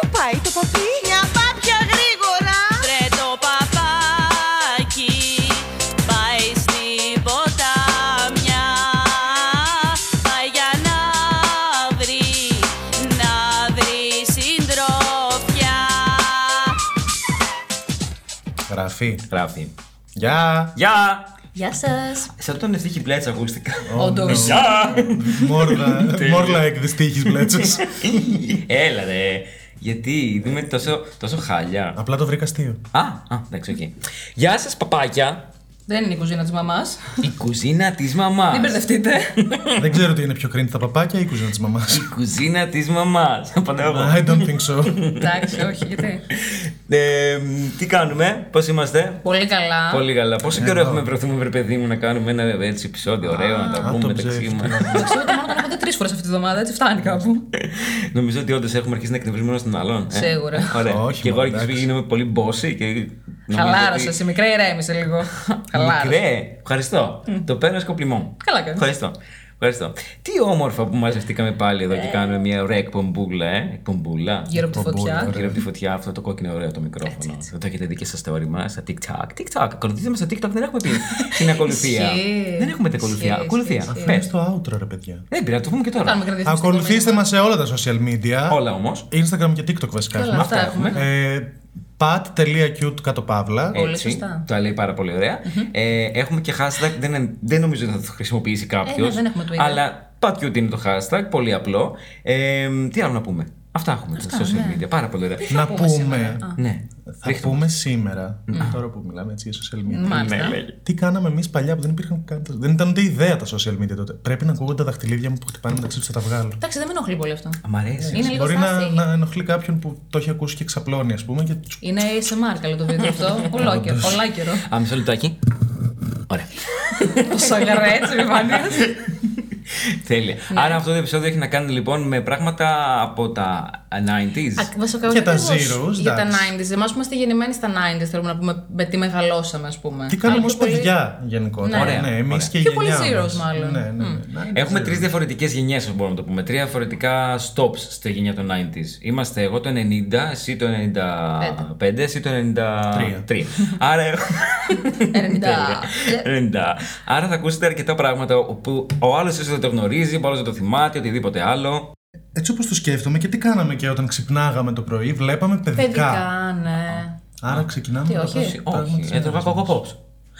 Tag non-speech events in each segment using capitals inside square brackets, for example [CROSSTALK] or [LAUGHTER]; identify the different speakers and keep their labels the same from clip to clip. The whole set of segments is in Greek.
Speaker 1: Πάει το παπί.
Speaker 2: Μια πάπια γρήγορα.
Speaker 1: Ρε το παπάκι πάει στην ποτάμια Πάει για να βρει, να βρει συντρόφια
Speaker 3: Γραφή.
Speaker 4: Γράφει.
Speaker 3: Γεια.
Speaker 4: Γεια!
Speaker 5: Γεια σας.
Speaker 4: Σαν τον ευτύχη μπλέτσα ακούστηκα.
Speaker 5: Όντως.
Speaker 4: Γεια!
Speaker 5: [LAUGHS]
Speaker 3: Μόρλα,
Speaker 4: Τέλεια.
Speaker 3: μόρλα εκ της τύχης μπλέτσος.
Speaker 4: [LAUGHS] Έλα ρε. Γιατί δούμε τόσο, τόσο χάλια.
Speaker 3: Απλά το βρήκα αστείο.
Speaker 4: Α, α, εντάξει, οκ. Γεια σας παπάκια.
Speaker 5: Δεν είναι η κουζίνα της μαμάς.
Speaker 4: Η κουζίνα της μαμάς.
Speaker 5: Μην μπερδευτείτε.
Speaker 3: Δεν ξέρω τι είναι πιο κρίνη, τα παπάκια ή η κουζίνα της μαμάς.
Speaker 4: Η κουζίνα της μαμάς. [LAUGHS] Απαντάω εγώ.
Speaker 3: I don't think
Speaker 5: [LAUGHS]
Speaker 3: so.
Speaker 5: [LAUGHS] Εντάξει, όχι, γιατί.
Speaker 4: Ε, μ, τι κάνουμε, πώς είμαστε.
Speaker 5: Πολύ καλά.
Speaker 4: Πολύ καλά. Πόσο καιρό έχουμε βρεθούμε, βρε παιδί μου, να κάνουμε ένα έτσι επεισόδιο ωραίο, να τα
Speaker 3: Α, το
Speaker 4: πούμε μεταξύ
Speaker 3: ψεύτη.
Speaker 4: μας.
Speaker 5: Εντάξει, εγώ το μόνο κάνω τρεις φορές αυτή τη βδομάδα, έτσι φτάνει κάπου.
Speaker 4: Νομίζω ότι όντως έχουμε αρχίσει να εκνευρίζουμε ένα τον άλλον. ε.
Speaker 5: Σίγουρα.
Speaker 4: Ωραία.
Speaker 3: Όχι,
Speaker 4: και εγώ
Speaker 3: μα,
Speaker 4: αρχίζω
Speaker 3: εντάξει.
Speaker 4: γίνομαι πολύ μπόση και.
Speaker 5: Χαλάρωσε,
Speaker 4: νομίζω
Speaker 5: η μικρή ηρέμησε λίγο.
Speaker 4: ότι-
Speaker 5: Χαλάρωσε.
Speaker 4: Μικρέ, ευχαριστώ. Το παίρνω κοπλιμό.
Speaker 5: Καλά κάνεις.
Speaker 4: Ευχαριστώ. Ευχαριστώ. Τι όμορφα που μαζευτήκαμε πάλι εδώ και κάνουμε μια ωραία εκπομπούλα, ε. Εκπομπούλα.
Speaker 5: Ε. Γύρω από τη φωτιά.
Speaker 4: Γύρω από τη φωτιά, αυτό το κόκκινο ωραίο το μικρόφωνο. Δεν το έχετε δει και στα story μα. Στα TikTok. TikTok. Ακολουθήσαμε στο TikTok, δεν έχουμε
Speaker 5: [LAUGHS]
Speaker 4: πει την ακολουθία.
Speaker 5: Ισχύει.
Speaker 4: Δεν έχουμε την ακολουθία.
Speaker 5: Ισχύει,
Speaker 4: Ακολουθία.
Speaker 5: ισχύει,
Speaker 4: Πε.
Speaker 3: Είναι στο outro ρε παιδιά.
Speaker 4: Δεν πειράζει, το πούμε και τώρα.
Speaker 5: Κάνουμε και διαφημιστικό
Speaker 3: Ακολουθήστε
Speaker 5: μήνυμα.
Speaker 3: μας σε όλα τα social media.
Speaker 4: Όλα όμως.
Speaker 3: Instagram και TikTok βασικά
Speaker 5: Καλά,
Speaker 3: έχουμε.
Speaker 5: αυτά έχουμε.
Speaker 3: Ε, pat.cute κάτω παύλα.
Speaker 5: Πολύ σωστά.
Speaker 4: Τα λέει πάρα πολύ ωραία. Ε, έχουμε και hashtag. Δεν, δεν νομίζω ότι θα το χρησιμοποιήσει κάποιο.
Speaker 5: Ε, ναι, δεν έχουμε Twitter.
Speaker 4: Αλλά πατιού ότι είναι το hashtag. Πολύ απλό. Ε, τι άλλο να πούμε. Αυτά έχουμε στα social
Speaker 5: ναι.
Speaker 4: media. Πάρα πολύ ωραία.
Speaker 3: Να
Speaker 5: πούμε
Speaker 3: πούμε.
Speaker 5: σήμερα. Α.
Speaker 4: ναι.
Speaker 3: Θα πούμε σήμερα, τώρα που μιλάμε έτσι για social media,
Speaker 5: Μάλιστα.
Speaker 3: τι κάναμε εμείς παλιά που δεν υπήρχαν καν. τα- Δεν ήταν ούτε ιδέα τα social media τότε. Πρέπει να ακούγονται τα δαχτυλίδια μου που χτυπάνε μεταξύ τους, θα τα βγάλω.
Speaker 5: Εντάξει, δεν με ενοχλεί πολύ αυτό.
Speaker 4: Μ' αρέσει.
Speaker 5: Είναι λίγο
Speaker 3: Μπορεί να,
Speaker 5: στάση.
Speaker 3: να ενοχλεί κάποιον που το έχει ακούσει και ξαπλώνει, ας πούμε, και τους
Speaker 5: Είναι ASMR καλό
Speaker 3: [LAUGHS]
Speaker 5: το βίντεο αυτό. Ολόκερο. Ολάκερο.
Speaker 4: Α, μισό λεπτάκι. Ωραία.
Speaker 5: Ναι. Το σαγαρέ τη επιφάνεια.
Speaker 3: [LAUGHS]
Speaker 4: Τέλεια. Άρα αυτό το επεισόδιο έχει να κάνει λοιπόν με πράγματα από τα 90s.
Speaker 3: Και τα zeros,
Speaker 5: Για τα
Speaker 3: εντάξει.
Speaker 5: 90s. Εμάς που είμαστε γεννημένοι στα 90s, θέλουμε να πούμε με τι μεγαλώσαμε, ας πούμε.
Speaker 3: Τι κάνουμε
Speaker 5: Πιο
Speaker 3: ω
Speaker 5: πολύ-
Speaker 3: παιδιά γενικότερα.
Speaker 4: Ναι.
Speaker 3: Ναι,
Speaker 4: Ωραία,
Speaker 3: ναι εμείς
Speaker 4: ωραία.
Speaker 3: και η
Speaker 5: Πιο πολύ
Speaker 3: γενιά.
Speaker 5: zeros,
Speaker 3: μας.
Speaker 5: μάλλον.
Speaker 3: Ναι, ναι, ναι. ναι.
Speaker 4: Έχουμε
Speaker 3: Zeros.
Speaker 4: τρεις διαφορετικές γενιές, όπως μπορούμε να το πούμε. Τρία διαφορετικά stops στη γενιά των 90s. Είμαστε εγώ το 90, εσύ το 95, εσύ το 93.
Speaker 3: [LAUGHS]
Speaker 4: Άρα. 90. Άρα θα ακούσετε αρκετά πράγματα που ο άλλος ίσως δεν το γνωρίζει, ο άλλος δεν το θυμάται, οτιδήποτε άλλο.
Speaker 3: Έτσι όπως το σκέφτομαι και τι κάναμε και όταν ξυπνάγαμε το πρωί, βλέπαμε παιδικά.
Speaker 5: Παιδικά, ναι.
Speaker 3: Άρα ξεκινάμε
Speaker 5: Τι,
Speaker 3: με τα
Speaker 5: όχι.
Speaker 3: πρώτα
Speaker 4: Όχι,
Speaker 3: πράγματα.
Speaker 4: έτρωγα κοκοπό.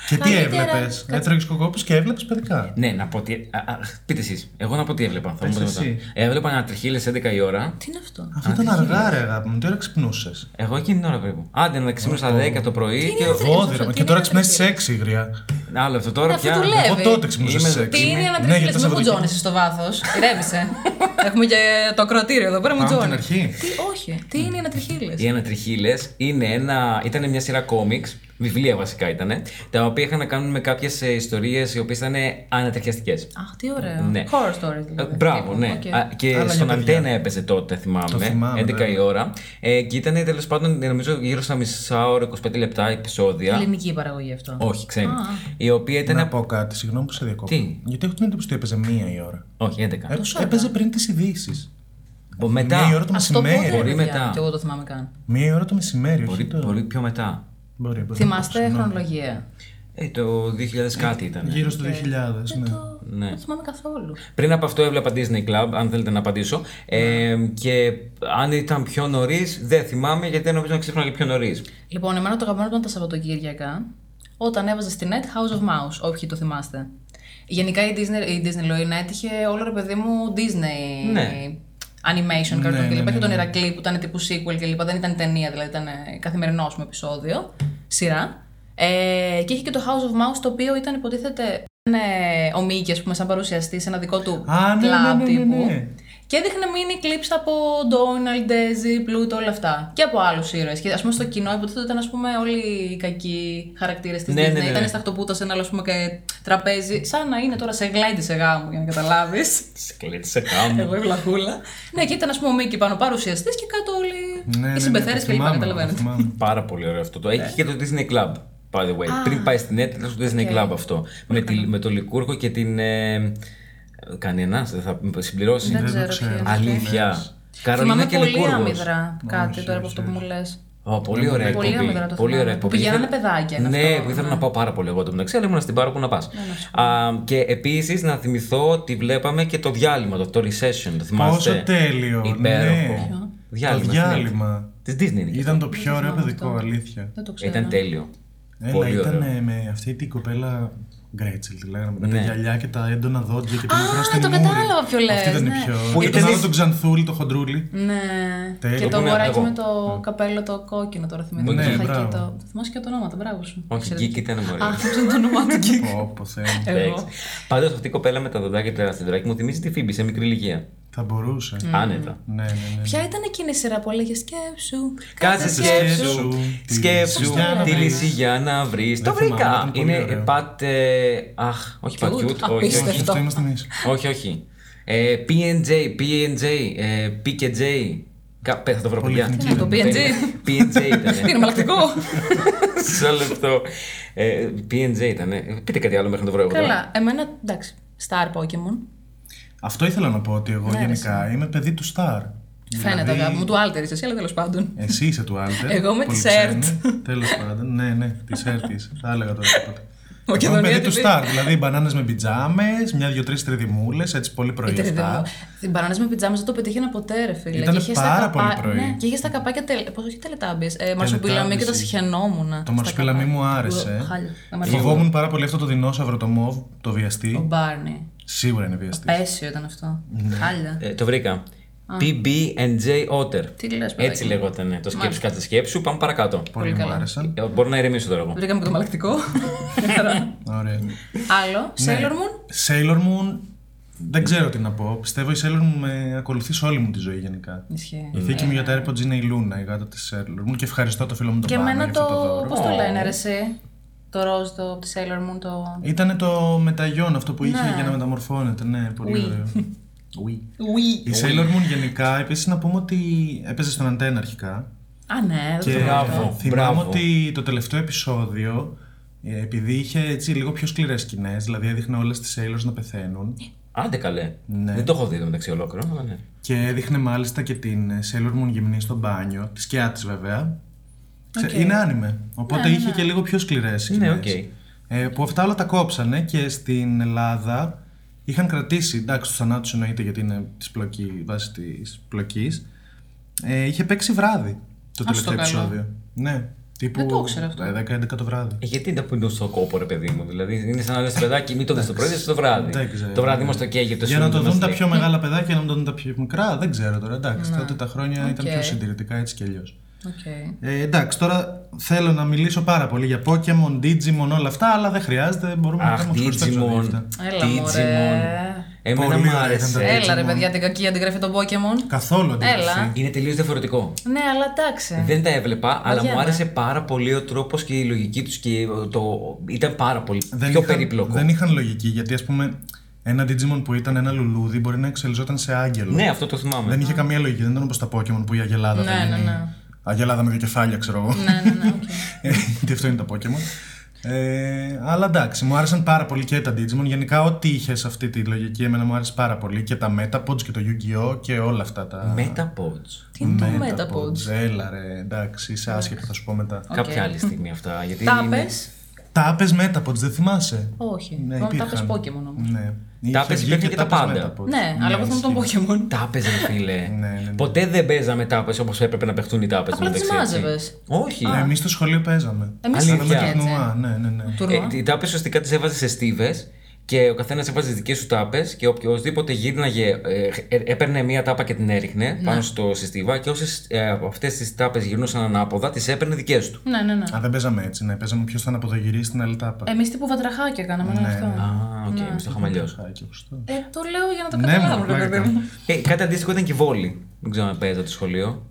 Speaker 3: Και τι
Speaker 5: Καλύτερα,
Speaker 3: έβλεπε.
Speaker 5: κάτσε.
Speaker 3: Έτρωγε κοκόπους και έβλεπες παιδικά.
Speaker 4: Ναι, να πω ότι. α, α, Πείτε εσείς. Εγώ να πω τι έβλεπα. Θα
Speaker 3: Πες
Speaker 4: μου πείτε μετά.
Speaker 3: εσύ.
Speaker 4: Έβλεπα να τριχίλε 11 η ώρα.
Speaker 5: Τι είναι αυτό.
Speaker 3: Αυτό ήταν αργά, ρε αγάπη μου. Τι ώρα ξυπνούσες.
Speaker 4: Εγώ εκείνη την ώρα περίπου. Άντε να ξύπνησα 10 το πρωί και.
Speaker 3: Βόδυρα.
Speaker 5: τι
Speaker 3: Και
Speaker 5: είναι
Speaker 3: τώρα
Speaker 5: αυτό,
Speaker 3: ξυπνάει
Speaker 5: τι
Speaker 3: στι 6 γριά.
Speaker 4: Άλλο αυτό τώρα
Speaker 5: Αυτό
Speaker 4: πια.
Speaker 5: δουλεύει.
Speaker 3: Εγώ
Speaker 5: Εύη.
Speaker 3: τότε ξυπνούσα
Speaker 4: Είμαι-
Speaker 3: στις 6.
Speaker 5: Τι είναι η
Speaker 3: Ναι, γιατί το
Speaker 5: ανατρίχυλα, μην μου
Speaker 3: Σαββατοκύριακο-
Speaker 5: τζώνεσαι στο βάθος. Ηρέμησε. [LAUGHS] Έχουμε και το ακροατήριο εδώ πέρα, μου
Speaker 3: Πάμε από την
Speaker 5: τζώνε.
Speaker 3: αρχή.
Speaker 5: Τι, όχι. Τι είναι οι ανατριχίλε.
Speaker 4: Οι ανατριχίλε είναι ένα. ήταν μια σειρά κόμιξ, βιβλία βασικά ήταν, τα οποία είχαν να κάνουν με κάποιες ιστορίες οι οποίες ήταν ανατριχιαστικές.
Speaker 5: Αχ, τι ωραίο.
Speaker 4: Ναι.
Speaker 5: Horror stories δηλαδή.
Speaker 4: Μπράβο, ναι.
Speaker 5: Οκ.
Speaker 4: Α, Και
Speaker 3: Άλλα για
Speaker 4: στον
Speaker 3: παιδιά.
Speaker 4: Αντένα έπαιζε τότε, θυμάμαι.
Speaker 3: Το θυμάμαι,
Speaker 4: 11 η
Speaker 3: βέβαια.
Speaker 4: ώρα. Ε, και ήταν τέλος πάντων, νομίζω, γύρω στα μισά ώρα, 25 λεπτά επεισόδια.
Speaker 5: Ελληνική παραγωγή αυτό.
Speaker 4: Όχι, ξένη. Η οποία ήταν.
Speaker 3: Να πω κάτι, συγγνώμη που σε διακόπτω.
Speaker 4: Τι?
Speaker 3: Γιατί έχω την εντύπωση ότι έπαιζε μία η ώρα.
Speaker 4: Όχι, 11.
Speaker 3: Έπ- Έπαιζε πριν τις ειδήσεις.
Speaker 4: Μετά.
Speaker 3: Μία Ε, η ώρα το
Speaker 5: Αυτό πότε
Speaker 3: μεσημέρι.
Speaker 4: Μπορεί
Speaker 5: Μπορεί
Speaker 4: μετά.
Speaker 5: μετά. Και εγώ το θυμάμαι καν.
Speaker 3: Μία η ώρα το μεσημέρι, όχι
Speaker 4: Πολύ,
Speaker 3: τώρα.
Speaker 4: πολύ πιο μετά.
Speaker 3: Μπορεί, μπορεί.
Speaker 5: Θυμάστε
Speaker 3: Συγγνώμη.
Speaker 5: χρονολογία.
Speaker 4: Ε, το 2000 κάτι ήταν.
Speaker 3: Γύρω στο 2000, ναι.
Speaker 4: Ναι.
Speaker 5: Δεν το θυμάμαι καθόλου.
Speaker 4: Πριν από αυτό έβλεπα Disney Club, αν θέλετε να απαντήσω.
Speaker 5: Ναι.
Speaker 4: Ε, και αν ήταν πιο νωρίς, δεν θυμάμαι γιατί δεν νομίζω να ξύπνα και πιο νωρίς.
Speaker 5: Λοιπόν, εμένα το αγαπημένο μου ήταν τα Σαββατοκύριακα όταν έβαζα στη net House of Mouse, όποιοι το θυμάστε. Γενικά η Disney, η Disney Low Night είχε όλο ρε παιδί μου Disney
Speaker 4: Ναι.
Speaker 5: animation cartoon
Speaker 3: ναι,
Speaker 5: κλπ.
Speaker 3: ναι,
Speaker 5: και τον
Speaker 3: ναι.
Speaker 5: Ηρακλή που ήταν τύπου sequel κλπ. Δεν ήταν ταινία, δηλαδή ήταν ε, καθημερινό ας πούμε, επεισόδιο, σειρά. Ε, και είχε και το House of Mouse το οποίο ήταν υποτίθεται ήταν, ε, ο Μίκη, ας πούμε, σαν παρουσιαστή σε ένα δικό του
Speaker 3: Α, ναι,
Speaker 5: κλαμπ
Speaker 3: ναι, ναι, ναι, ναι.
Speaker 5: τύπου. Και έδειχνε μίνι κλιπς από Donald, Daisy, Pluto, όλα αυτά. Και από άλλους ήρωες. Και ας πούμε στο κοινό υποτίθεται ήταν ας πούμε, όλοι οι κακοί χαρακτήρες της
Speaker 4: Ναι,
Speaker 5: Disney.
Speaker 4: ναι, ναι, ναι.
Speaker 5: Ήταν στα χτωπούτα σε ένα άλλο ας πούμε, και τραπέζι. Σαν να είναι τώρα σε γλέντι σε γάμο, για να καταλάβεις.
Speaker 4: Σε κλαίτη, σε κάνω.
Speaker 5: Εγώ η βλαχούλα. ναι, και ήταν ας πούμε ο Μίκη πάνω παρουσιαστής και κάτω όλοι
Speaker 3: Ναι, ναι, ναι,
Speaker 5: οι συμπεθέρε
Speaker 3: το
Speaker 5: κλπ.
Speaker 3: θυμάμαι, το
Speaker 5: Καταλαβαίνετε.
Speaker 3: θυμάμαι.
Speaker 4: Πάρα πολύ ωραίο αυτό. Το
Speaker 5: Ναι.
Speaker 4: έχει και το Disney Club, by the way. Πριν πάει στην net, ήταν στο Disney Club αυτό. Με, τη- με το Λικούργο και την. Ε, Κανένας, δεν θα συμπληρώσει.
Speaker 5: Δεν ξέρω ποιο.
Speaker 4: Αλήθεια. Καρολίνα
Speaker 5: Θυμάμαι πολύ
Speaker 4: Κελικούργος.
Speaker 5: αμυδρά κάτι
Speaker 3: όχι,
Speaker 5: τώρα από
Speaker 3: όχι,
Speaker 5: αυτό που μου
Speaker 3: όχι.
Speaker 5: λες.
Speaker 4: Ω, πολύ ωραία
Speaker 5: Πολύ
Speaker 4: εκπομπή.
Speaker 5: άμετρα το
Speaker 4: πολύ
Speaker 5: θυμάμαι.
Speaker 4: ωραία εκπομπή.
Speaker 5: Που πηγαίνανε
Speaker 4: Ήθελα-
Speaker 5: παιδάκια, είναι
Speaker 4: Ναι,
Speaker 5: αυτό,
Speaker 4: που ήθελα
Speaker 5: ναι.
Speaker 4: να πάω πάρα πολύ εγώ το μεταξύ, αλλά ήμουν στην πάρα που να πας. και επίσης να θυμηθώ ότι βλέπαμε και το διάλειμμα, το, το recession. Το θυμάστε.
Speaker 3: Πόσο τέλειο,
Speaker 4: Υπέροχο.
Speaker 3: ναι. Ποιο?
Speaker 4: Διάλειμμα.
Speaker 3: Το διάλειμμα.
Speaker 4: Της Disney. είναι και
Speaker 3: Ήταν
Speaker 4: αυτό.
Speaker 3: το πιο ωραίο παιδικό, αλήθεια.
Speaker 5: Δεν το ξέρω.
Speaker 4: Ήταν τέλειο.
Speaker 3: Έλα,
Speaker 4: πολύ
Speaker 3: ήταν
Speaker 4: ωραίο.
Speaker 3: ε, με αυτή την κοπέλα Γκρέτσελ, τη λέγαμε. Με
Speaker 4: Ναι.
Speaker 3: τα γυαλιά και τα έντονα δόντια και το μικρό
Speaker 5: το
Speaker 3: στενιμούρι.
Speaker 5: κατάλαβα ποιο λες,
Speaker 3: Αυτή ήταν η
Speaker 5: ναι.
Speaker 3: πιο.
Speaker 4: Που
Speaker 3: Και
Speaker 4: ήταν
Speaker 3: τον άλλο
Speaker 4: η-
Speaker 3: τον Ξανθούλη, το χοντρούλη.
Speaker 5: Ναι.
Speaker 3: Τέλειο.
Speaker 5: Και το
Speaker 4: Που είναι
Speaker 5: μωράκι
Speaker 4: εγώ.
Speaker 5: με το καπέλο το κόκκινο τώρα θυμίζω.
Speaker 3: Ναι,
Speaker 5: το φακί,
Speaker 3: μπράβο.
Speaker 5: το- το Θυμάσαι και το όνομα, το μπράβο σου.
Speaker 4: Όχι,
Speaker 5: Ξέρετε.
Speaker 4: Geek ήταν Ναι. μωρέ.
Speaker 5: Α, θυμίζω το όνομα του Geek.
Speaker 3: Όπω
Speaker 5: Ε. εγώ.
Speaker 4: Πάντως αυτή η κοπέλα με τα δοντάκια και τα δράκι μου θυμίζει τη Φίμπη σε μικρή ηλικία.
Speaker 3: Θα μπορούσε.
Speaker 4: Άνετα.
Speaker 3: Ναι, ναι, ναι.
Speaker 5: Mm. Ποια ήταν εκείνη η σειρά που έλεγε σκέψου.
Speaker 4: Κάτσε
Speaker 5: κάτσε
Speaker 4: σκέψου,
Speaker 3: τη
Speaker 4: σκέψου
Speaker 3: λυσιά να
Speaker 4: τη
Speaker 3: βρεις.
Speaker 4: λυσιά να βρεις. Το
Speaker 3: Δεν θυμάμαι,
Speaker 4: βρήκα.
Speaker 3: ήταν πολύ
Speaker 4: Είναι
Speaker 3: ωραίο.
Speaker 4: πάτε. Αχ, όχι πατιούτ, όχι,
Speaker 5: Cute, απίστευτο.
Speaker 4: όχι.
Speaker 3: Αυτό είμαστε εμείς.
Speaker 4: Όχι, όχι. Ε, PNJ, PNJ, ε, PKJ. Κα- πέ, θα το βρω παιδιά.
Speaker 3: Πολυεθνική
Speaker 5: ήταν. Το PNJ.
Speaker 4: PNJ ήταν.
Speaker 5: [LAUGHS] Είναι
Speaker 4: [LAUGHS]
Speaker 5: μαλακτικό.
Speaker 4: Μισό λεπτό. Ε, PNJ ήταν. Πείτε κάτι άλλο μέχρι να το βρω εγώ. τώρα.
Speaker 5: Καλά, εμένα εντάξει. Star Pokémon.
Speaker 3: Αυτό ήθελα να πω ότι εγώ
Speaker 5: Ναι, ρε,
Speaker 3: γενικά είμαι παιδί του Σταρ. Δηλαδή,
Speaker 5: Φαίνεται αγάπη μου, του Alter είσαι εσύ, αλλά τέλος πάντων.
Speaker 3: Εσύ είσαι του Άλτερ.
Speaker 5: Εγώ είμαι της ΕΡΤ.
Speaker 3: Τέλος πάντων, ναι, ναι, τη ΕΡΤ είσαι. Θα έλεγα τώρα τίποτα. Εγώ είμαι
Speaker 5: [LAUGHS] Μακεδονία
Speaker 3: παιδί
Speaker 5: του
Speaker 3: του
Speaker 5: Β.
Speaker 3: Σταρ. Δηλαδή μπανάνες με πιτζάμες, μια-δυο-τρει τριδιμούλε, έτσι πολύ πρωί.
Speaker 5: Ήταν
Speaker 3: αυτά.
Speaker 5: τριδεμό. Την παράνοια με πιτζάμες δεν το πετύχαινα ποτέ, ρε φίλε.
Speaker 3: Ήτανε
Speaker 5: Και είχες τα
Speaker 3: πάρα πολύ
Speaker 5: καπά-
Speaker 3: πρωί.
Speaker 5: Ναι, και είχε τα καπάκια. Τελε... Πώς όχι τελετάμπη. Ε, μαρσουπίλαμι και τα
Speaker 3: Teletubbies.
Speaker 5: συχαινόμουν.
Speaker 3: Το μαρσουπίλαμι μου άρεσε.
Speaker 5: Χάλια. Να μ' αρέσει.
Speaker 3: Φοβόμουν πάρα πολύ αυτό το δεινόσαυρο, το μοβ, το
Speaker 5: Ο
Speaker 3: βιαστή.
Speaker 5: Μπάρνι.
Speaker 3: Σίγουρα είναι βιαστής.
Speaker 5: Πέσιο ήταν αυτό. Χάλια.
Speaker 4: Ε, το βρήκα. PB&J Otter.
Speaker 5: Τι λες, παιδάκι
Speaker 4: Έτσι
Speaker 5: μου.
Speaker 4: λεγότανε. Το σκέψου, κάτσε σκέψου, πάμε παρακάτω.
Speaker 3: Πολύ μου
Speaker 5: καλά.
Speaker 3: άρεσαν.
Speaker 4: Ε, Μπορώ να ηρεμήσω τώρα εγώ.
Speaker 5: Βρήκαμε και το μαλακτικό. Χαρά.
Speaker 3: Ωραία. Ναι.
Speaker 5: Άλλο. Sailor Moon.
Speaker 3: Sailor Moon. Δεν ξέρω τι να πω. Πιστεύω η Sailor Moon με ακολουθεί σε όλη μου τη ζωή γενικά.
Speaker 5: Ισχύει.
Speaker 3: Η θήκη μου για τα AirPods είναι η Λούνα, η γάτα της Sailor Moon και ευχαριστώ το φίλο μου τον
Speaker 5: Και
Speaker 3: Πάνο
Speaker 5: εμένα
Speaker 3: για
Speaker 5: το.
Speaker 3: αυτό το δώρο.
Speaker 5: Πώς το λένε, ρε, εσύ. Το ροζ το από τη Sailor Moon. Το.
Speaker 3: Ήταν το μεταγιόν αυτό που είχε
Speaker 5: Ναι.
Speaker 3: για να μεταμορφώνεται. Ναι, πολύ
Speaker 5: Oui.
Speaker 3: ωραίο.
Speaker 5: [LAUGHS]
Speaker 3: Oui.
Speaker 5: Ουί.
Speaker 3: Η Sailor Moon γενικά, επίσης να πούμε ότι έπαιζε στον Αντένα αρχικά.
Speaker 5: Α, ναι, δεν
Speaker 3: Και
Speaker 5: το
Speaker 4: Μπράβο,
Speaker 5: θυμάμαι.
Speaker 3: θυμάμαι
Speaker 4: μπράβο.
Speaker 3: ότι το τελευταίο επεισόδιο, ε, επειδή είχε έτσι λίγο πιο σκληρές σκηνές, δηλαδή έδειχνε όλες τις Sailors να πεθαίνουν.
Speaker 4: Άντε καλέ.
Speaker 3: Ναι.
Speaker 4: Δεν το έχω δει το μεταξύ ολόκληρο. αλλά ναι.
Speaker 3: Και έδειχνε μάλιστα και την ε, Sailor Moon γυμνή στο μπάνιο, τη σκιά της βέβαια. Ξε-
Speaker 5: Οκ. Ναι,
Speaker 3: Είναι άνιμε. Οπότε είχε και λίγο πιο σκληρές σκηνέ.
Speaker 4: Ναι, οκ.
Speaker 3: ε, που αυτά όλα τα κόψανε και στην Ελλάδα είχαν κρατήσει. Εντάξει, τους θανάτους εννοείται γιατί είναι της πλοκή, βάση της πλοκής. Ε, είχε παίξει βράδυ το
Speaker 5: Ας το
Speaker 3: τελευταίο
Speaker 5: καλό.
Speaker 3: επεισόδιο. Ναι. Τύπου
Speaker 5: Δεν το ήξερα αυτό.
Speaker 3: ε, 10-11 το βράδυ.
Speaker 4: Ε, γιατί τα πίνουν στο κόπο, ρε παιδί μου. Δηλαδή είναι σαν να λες παιδάκι, μην το δεις το πρωί, δες το βράδυ.
Speaker 3: Δεν ξέρω. ναι.
Speaker 4: Το βράδυ μας το καίγεται.
Speaker 3: Για να το δουν τα
Speaker 4: ε,
Speaker 3: πιο
Speaker 5: ε,
Speaker 3: μεγάλα παιδάκια, να μην το δουν τα πιο μικρά, δεν ξέρω τώρα. Εντάξει, τότε τα χρόνια ήταν
Speaker 5: Ναι. Οκ.
Speaker 3: πιο συντηρητικά έτσι κι αλλιώς.
Speaker 5: Οκ.
Speaker 3: Ε, εντάξει, τώρα θέλω να μιλήσω πάρα πολύ για Pokemon, Digimon, όλα αυτά, αλλά δεν χρειάζεται. Μπορούμε να
Speaker 4: Αχ,
Speaker 3: κάνουμε χωριστά
Speaker 4: Digimon.
Speaker 3: επεισόδια αυτά.
Speaker 5: Έλα, μωρέ.
Speaker 4: Εμένα
Speaker 3: Πολύ
Speaker 4: μου
Speaker 3: ωραία ήταν τα
Speaker 4: άρεσε.
Speaker 5: Έλα ρε παιδιά, την κακή αντιγραφή των Pokémon.
Speaker 3: Καθόλου
Speaker 5: Έλα.
Speaker 3: αντίθεση.
Speaker 4: Είναι τελείως διαφορετικό.
Speaker 5: Ναι, αλλά εντάξει.
Speaker 4: Δεν τα έβλεπα, αλλά μου
Speaker 5: Βαριέμαι.
Speaker 4: άρεσε πάρα πολύ ο τρόπος και η λογική τους και το. ήταν πάρα πολύ. πιο
Speaker 3: είχαν,
Speaker 4: περίπλοκο.
Speaker 3: Δεν είχαν λογική, γιατί ας πούμε ένα Digimon που ήταν ένα λουλούδι μπορεί να εξελιζόταν σε άγγελο.
Speaker 4: Ναι, αυτό το θυμάμαι.
Speaker 3: Δεν είχε καμία λογική. Δεν ήταν όπως τα Pokemon που η Αγελάδα θα
Speaker 5: Ναι, ναι,
Speaker 3: γίνει.
Speaker 5: ναι.
Speaker 3: Αγελάδα με δύο κεφάλια, ξέρω εγώ.
Speaker 5: Ναι, ναι,
Speaker 3: [LAUGHS]
Speaker 5: ναι. οκ.
Speaker 3: Ε, Γιατί αυτό είναι το Pokemon. Ε, αλλά εντάξει, μου άρεσαν πάρα πολύ και τα Digimon. Γενικά, ό,τι είχες σε αυτή τη λογική, εμένα μου άρεσε πάρα πολύ. Και τα Metapods και το Yu-Gi-Oh! και όλα αυτά τα.
Speaker 4: Metapods.
Speaker 5: Τι είναι το Metapods.
Speaker 3: Έλα ρε, εντάξει, είσαι άσχετο, θα σου πω μετά.
Speaker 4: Κάποια άλλη στιγμή αυτά. Γιατί
Speaker 5: Τάπε.
Speaker 4: είναι-
Speaker 3: Τα άπε Metapods, δεν θυμάσαι.
Speaker 5: Όχι.
Speaker 3: Ναι,
Speaker 5: Μόνο
Speaker 3: υπήρχαν.
Speaker 5: τάπε Pokémon όμως.
Speaker 3: Ναι. Είχε
Speaker 4: Τάπες
Speaker 3: βγει
Speaker 4: υπήρχαν και τα
Speaker 3: τάπες
Speaker 4: πάντα.
Speaker 3: Metapods.
Speaker 5: Ναι, αλλά εγώ θυμάμαι τον Pokémon.
Speaker 4: Τάπε, ρε φίλε.
Speaker 3: ναι, ναι.
Speaker 4: Ποτέ δεν παίζαμε τάπε όπως έπρεπε να παιχτούν οι τάπε.
Speaker 5: Απλά τις μάζευες.
Speaker 4: Όχι.
Speaker 3: Ναι, εμείς στο σχολείο παίζαμε.
Speaker 5: Εμείς
Speaker 4: Αλήθεια.
Speaker 3: Κάναμε
Speaker 5: έτσι.
Speaker 3: τουρνουά, ναι, ναι, ναι.
Speaker 5: Τουρνουά.
Speaker 4: Ε, οι τάπε ουσιαστικά τις έβαζε σε στίβες και ο καθένας έβαζε τις δικές σου τάπες και οποιοδήποτε γύρναγε, ε, ε, έπαιρνε μία τάπα και την έριχνε
Speaker 5: Ναι.
Speaker 4: πάνω στο συστήβα και ε, όσε από αυτές τις τάπες γυρνούσαν ανάποδα, τις έπαιρνε δικές του.
Speaker 5: Ναι, ναι, ναι.
Speaker 3: Α, δεν παίζαμε έτσι, ναι. Παίζαμε ποιος θα αναποδογυρίσει την άλλη τάπα.
Speaker 5: Εμείς τύπου βατραχάκια κάναμε ναι,
Speaker 4: Α,
Speaker 5: αυτό.
Speaker 4: οκ, εμείς το είχαμε αλλιώς.
Speaker 3: Α, και σωστό.
Speaker 5: Ε, το λέω για να το
Speaker 3: Ναι,
Speaker 5: καταλάβω,
Speaker 3: μωρέ,
Speaker 5: ρε παιδί
Speaker 3: πλάκα.
Speaker 5: μου.
Speaker 4: Ε, κάτι αντίστοιχο ήταν και η βόλη. Δεν ξέρω αν παίζα το σχολείο.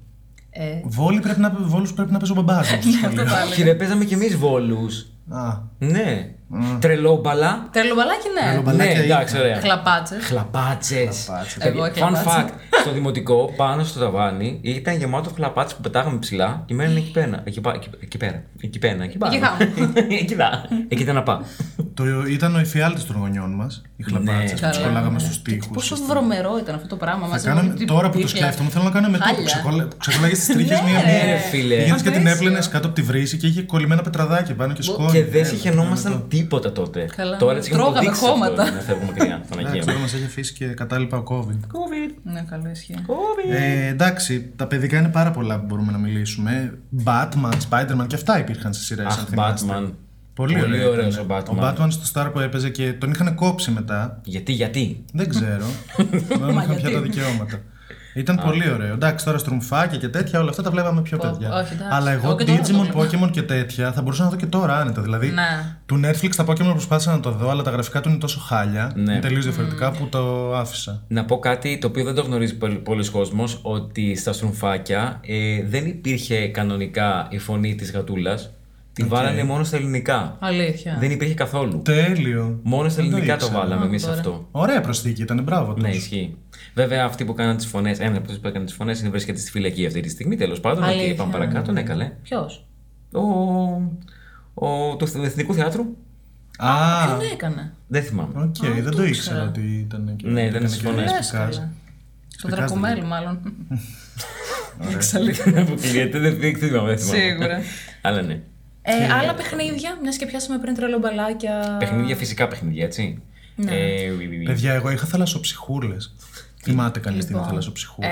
Speaker 5: Ε,
Speaker 3: Βόλοι πρέπει να, βόλους πρέπει να παίζει ο μπαμπάς μου στο
Speaker 5: Ναι, αυτό
Speaker 3: σχολείο.
Speaker 5: θα
Speaker 4: Όχι,
Speaker 5: έλεγα.
Speaker 4: ρε, παίζαμε κι εμείς βόλους.
Speaker 3: Α,
Speaker 4: Ναι. Τρελόμπαλα.
Speaker 5: Τρελομπαλάκι, ναι.
Speaker 3: Τρελομπαλάκια
Speaker 4: ναι, εντάξει,
Speaker 3: είχα.
Speaker 4: ωραία.
Speaker 5: Χλαπάτσες.
Speaker 4: Χλαπάτσες.
Speaker 3: Χλαπάτσες.
Speaker 5: Εγώ
Speaker 4: Ε, Fun
Speaker 5: χλαπάτσα.
Speaker 4: fact: Στο δημοτικό, πάνω στο ταβάνι, ήταν γεμάτο χλαπάτσες που πετάγαμε ψηλά και μένανε [LAUGHS] εκεί πέρα. Εκεί, πά- εκεί- εκεί πέρα. Εκεί πέρα. Εκεί, πάνω.
Speaker 5: Εκεί χάμω.
Speaker 4: εκεί, δα. εκεί ήταν να πάω.
Speaker 3: Το, ήταν ο εφιάλτης των γονιών μας. Οι χλαπάτσε
Speaker 4: Ναι.
Speaker 3: που τους
Speaker 5: Καλά,
Speaker 3: κολλάγαμε
Speaker 5: ναι.
Speaker 3: στους τοίχους.
Speaker 5: Πόσο βρωμερό ήταν αυτό το πράγμα.
Speaker 3: Θα
Speaker 5: Μας
Speaker 3: κάναμε,
Speaker 5: έβαλε
Speaker 3: τώρα που του
Speaker 5: δίπλα.
Speaker 3: σκέφτομαι, θέλω να κάνουμε το που
Speaker 5: Άλλα.
Speaker 3: ξεκολλα- που ξεκολλάγε τις τρίχες
Speaker 5: Ναι,
Speaker 3: μία
Speaker 5: ρε.
Speaker 3: μία.
Speaker 4: Ε, φίλε.
Speaker 3: Πήγαινες και την
Speaker 5: Απέσιο.
Speaker 3: έπλαινε κάτω από τη βρύση και είχε κολλημένα πετραδάκια πάνω και σκόνη. Ναι,
Speaker 4: Και δεν
Speaker 3: Έλα,
Speaker 4: συχαινόμασταν
Speaker 3: αυτό.
Speaker 4: τίποτα τότε.
Speaker 5: Καλά.
Speaker 4: Τώρα έτσι είχαμε
Speaker 5: Τρώγαμε
Speaker 4: αποδείξει αυτό,
Speaker 5: χώματα.
Speaker 4: Να φεύγουμε μακριά.
Speaker 3: Εντάξει,
Speaker 4: Παναγία
Speaker 3: τώρα
Speaker 4: μου.
Speaker 3: μας έχει αφήσει και κατάλοιπα ο COVID.
Speaker 4: COVID.
Speaker 5: Ναι, καλό ισχύει.
Speaker 4: COVID.
Speaker 3: Ε, εντάξει, τα παιδικά είναι πάρα πολλά που μπορούμε να μιλήσουμε. Batman, Spider-Man και αυτά υπήρχαν σε σειρέ.
Speaker 4: Αχ, Batman.
Speaker 3: Πολύ,
Speaker 4: Πολύ
Speaker 3: ωραίο
Speaker 4: ωραίος
Speaker 3: ήταν.
Speaker 4: ο Batman.
Speaker 3: Ο Batman στο Star που έπαιζε και τον είχαν κόψει μετά.
Speaker 4: Γιατί, γιατί.
Speaker 3: Δεν
Speaker 5: [LAUGHS]
Speaker 3: ξέρω. Μάλλον είχαν πια τα δικαιώματα. Ήταν πολύ ωραίο. Εντάξει, τώρα στρουμφάκια και τέτοια, όλα αυτά τα βλέπαμε πιο
Speaker 5: Πω,
Speaker 3: παιδιά.
Speaker 5: όχι, εντάξει.
Speaker 3: Αλλά εγώ
Speaker 5: Εγώ και τώρα
Speaker 3: Digimon,
Speaker 5: το βλέπω.
Speaker 3: Pokemon και τέτοια θα μπορούσα να δω και τώρα άνετα. Δηλαδή,
Speaker 5: Ναι.
Speaker 3: του Netflix τα Pokemon προσπάθησα να το δω, αλλά τα γραφικά του είναι τόσο χάλια.
Speaker 4: Ναι.
Speaker 3: Είναι τελείως διαφορετικά που το άφησα.
Speaker 4: Να πω κάτι το οποίο δεν το γνωρίζει πολλ- πολλοί κόσμος ότι στα στρουμφάκια ε, δεν υπήρχε κανονικά η φωνή της γατούλας. Τη βάλανε μόνο στα ελληνικά.
Speaker 5: Αλήθεια.
Speaker 4: Δεν υπήρχε καθόλου.
Speaker 3: Τέλειο.
Speaker 4: Μόνο στα
Speaker 3: Δεν το
Speaker 4: ελληνικά το,
Speaker 3: ήξερα.
Speaker 4: βάλαμε
Speaker 5: Α,
Speaker 4: εμείς
Speaker 5: τώρα.
Speaker 4: αυτό.
Speaker 3: Ωραία προσθήκη ήταν, μπράβο τους.
Speaker 4: Ναι, ισχύει. Βέβαια, αυτοί που κάναν τις φωνές, ένα από αυτούς που έκανε τις φωνές είναι βρίσκεται στη φυλακή αυτή τη στιγμή. Τέλος πάντων, οκ,
Speaker 5: Αλήθεια.
Speaker 4: πάμε παρακάτω. Ναι, καλέ.
Speaker 5: Ποιος.
Speaker 4: Ο, ο, του Εθνικού Θεάτρου.
Speaker 3: Α,
Speaker 5: Δεν Ε, ναι, έκανε.
Speaker 4: Δεν
Speaker 5: ναι.
Speaker 4: θυμάμαι.
Speaker 3: οκ, δεν το ήξερα ότι ήταν εκεί.
Speaker 4: Ναι, ήταν στις φωνές.
Speaker 5: Λες καλά. Στο
Speaker 3: Σπικάζ
Speaker 5: Δρακομέλ,
Speaker 3: δεν [LAUGHS]
Speaker 5: μάλλον.
Speaker 4: Αποκλείεται, δεν δεν θυμάμαι. δεν θυμάμαι.
Speaker 5: Σίγουρα.
Speaker 4: Αλλά ναι.
Speaker 5: Ε, άλλα παιχνίδια, μιας και πιάσαμε πριν τρελομπαλάκια.
Speaker 4: Παιχνίδια, φυσικά παιχνίδια, έτσι.
Speaker 5: Ναι.
Speaker 4: Ε, βι- βι- βι-
Speaker 3: Παιδιά, εγώ είχα θαλασσοψυχούλες. Θυμάται κανεί τι είναι θαλασσοψυχούλε.
Speaker 5: Ε,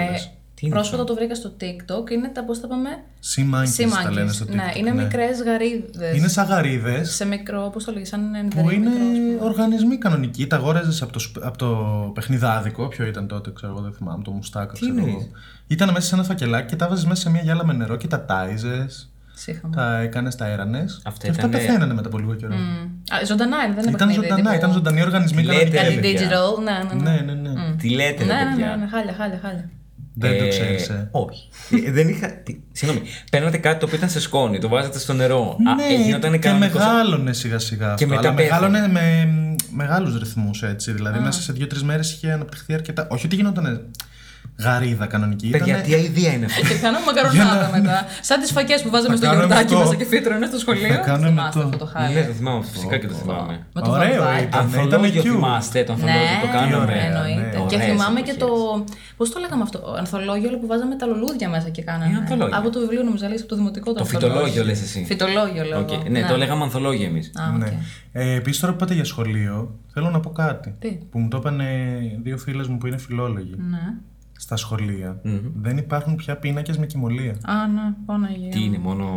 Speaker 4: Τι είναι
Speaker 5: πρόσφατα το βρήκα στο TikTok. Είναι τα πώς τα πάμε.
Speaker 3: Sea monkeys τα λένε στο TikTok.
Speaker 5: Ναι, είναι μικρές γαρίδες.
Speaker 3: Είναι σαν γαρίδες
Speaker 5: Σε μικρό, πώς το λέγε, σαν
Speaker 3: που
Speaker 5: ενδερή
Speaker 3: είναι
Speaker 5: μικρό. ας πούμε.
Speaker 3: οργανισμοί κανονικοί. Τα αγόραζες από, το σπ- από το παιχνιδάδικο. Ποιο ήταν τότε, ξέρω εγώ, δεν θυμάμαι. Το μουστάκο, ξέρω εγώ.
Speaker 4: εννοείς?
Speaker 3: Ήταν μέσα σε ένα φακελάκι και τα βάζεις μέσα σε μια γυάλα με νερό και τα τάιζες.
Speaker 5: Σύγχαμα.
Speaker 3: Τα έκανες, τα έρανες.
Speaker 4: Αυτά
Speaker 3: Και αυτά
Speaker 4: ήτανε-
Speaker 3: πεθαίνανε μετά από λίγο καιρό.
Speaker 5: Α, Ζωντανά είναι, δεν είναι
Speaker 3: Ήταν
Speaker 5: παιχνίδι.
Speaker 3: ζωντανά,
Speaker 5: τύπου
Speaker 3: ήταν ζωντανοί οργανισμοί
Speaker 4: Λέτε,
Speaker 3: κανονικοί.
Speaker 4: ρε,
Speaker 5: Κάτι
Speaker 3: έλεγε.
Speaker 4: παιδιά.
Speaker 5: digital, ναι, ναι. ναι.
Speaker 3: Ναι, ναι, ναι.
Speaker 4: Τι λέτε, ρε,
Speaker 5: Ναι, ναι, ναι,
Speaker 4: παιδιά.
Speaker 5: ναι, χάλια, χάλια, χάλια.
Speaker 3: Δεν το
Speaker 4: Ε,
Speaker 3: ξέρεις. Ε.
Speaker 4: Όχι. Ε, δεν είχα. τι- Συγγνώμη. Παίρνατε κάτι το οποίο ήταν σε σκόνη, το βάζατε στο νερό. Α, ε, γινότανε
Speaker 3: Ναι, και
Speaker 4: κανονικό.
Speaker 3: μεγάλωνε σιγά σιγά αυτό.
Speaker 4: μετά
Speaker 3: αλλά
Speaker 4: πέθανε.
Speaker 3: μεγάλωνε με μεγάλους ρυθμούς έτσι. Δηλαδή μέσα σε δύο-τρει μέρες είχε αναπτυχθεί αρκετά. Όχι ότι γινόταν γαρίδα κανονική.
Speaker 4: Παιδιά,
Speaker 3: ήτανε-
Speaker 4: τι αηδία είναι αυτή.
Speaker 5: Και κάναμε μακαρονάδα μετά. Σαν τις φακές που βάζαμε
Speaker 3: Θα
Speaker 5: στο
Speaker 3: κάνουμε
Speaker 5: γιορτάκι
Speaker 3: αυτό.
Speaker 5: μέσα [LAUGHS] και φύτρωνε στο σχολείο.
Speaker 3: Θα κάνουμε
Speaker 5: Θυμάστε
Speaker 3: το.
Speaker 5: αυτό το
Speaker 4: Ναι,
Speaker 5: χάλι.
Speaker 4: το θυμάμαι, φυσικά και το θυμάμαι.
Speaker 5: Με το
Speaker 3: Ωραίο
Speaker 5: βαμβάκι.
Speaker 3: Ναι, ήταν.
Speaker 4: Ανθολόγιο
Speaker 3: cute.
Speaker 4: θυμάστε, το ανθολόγιο το
Speaker 3: ωραία, ναι,
Speaker 4: κάναμε.
Speaker 5: Ναι, εννοείται.
Speaker 4: Ωραίες
Speaker 5: Και θυμάμαι και
Speaker 4: εποχές.
Speaker 5: το. Πώς το λέγαμε αυτό, ανθολόγιο όλο που βάζαμε τα λουλούδια μέσα και
Speaker 4: Ε,
Speaker 5: κάναμε.
Speaker 4: ανθολόγιο.
Speaker 5: Από το βιβλίο νομίζω, λέγαμε από το δημοτικό
Speaker 4: Το φυτολόγιο λες εσύ.
Speaker 5: Φυτολόγιο λέω.
Speaker 4: Οκ,
Speaker 5: εγώ.
Speaker 4: Ναι, το λέγαμε ανθολόγιο εμείς.
Speaker 5: Α, οκ.
Speaker 3: Ναι. Ε, Επίσης, τώρα που πάτε για σχολείο, θέλω να πω κάτι.
Speaker 5: Τι?
Speaker 3: Που μου το είπαν δύο φίλες μου που είναι φιλόλογοι.
Speaker 5: Ναι.
Speaker 3: Στα σχολεια δεν υπάρχουν πια πίνακες με κοιμωλία.
Speaker 5: Α, ναι, πόναγε.
Speaker 4: Τι είναι, μόνο.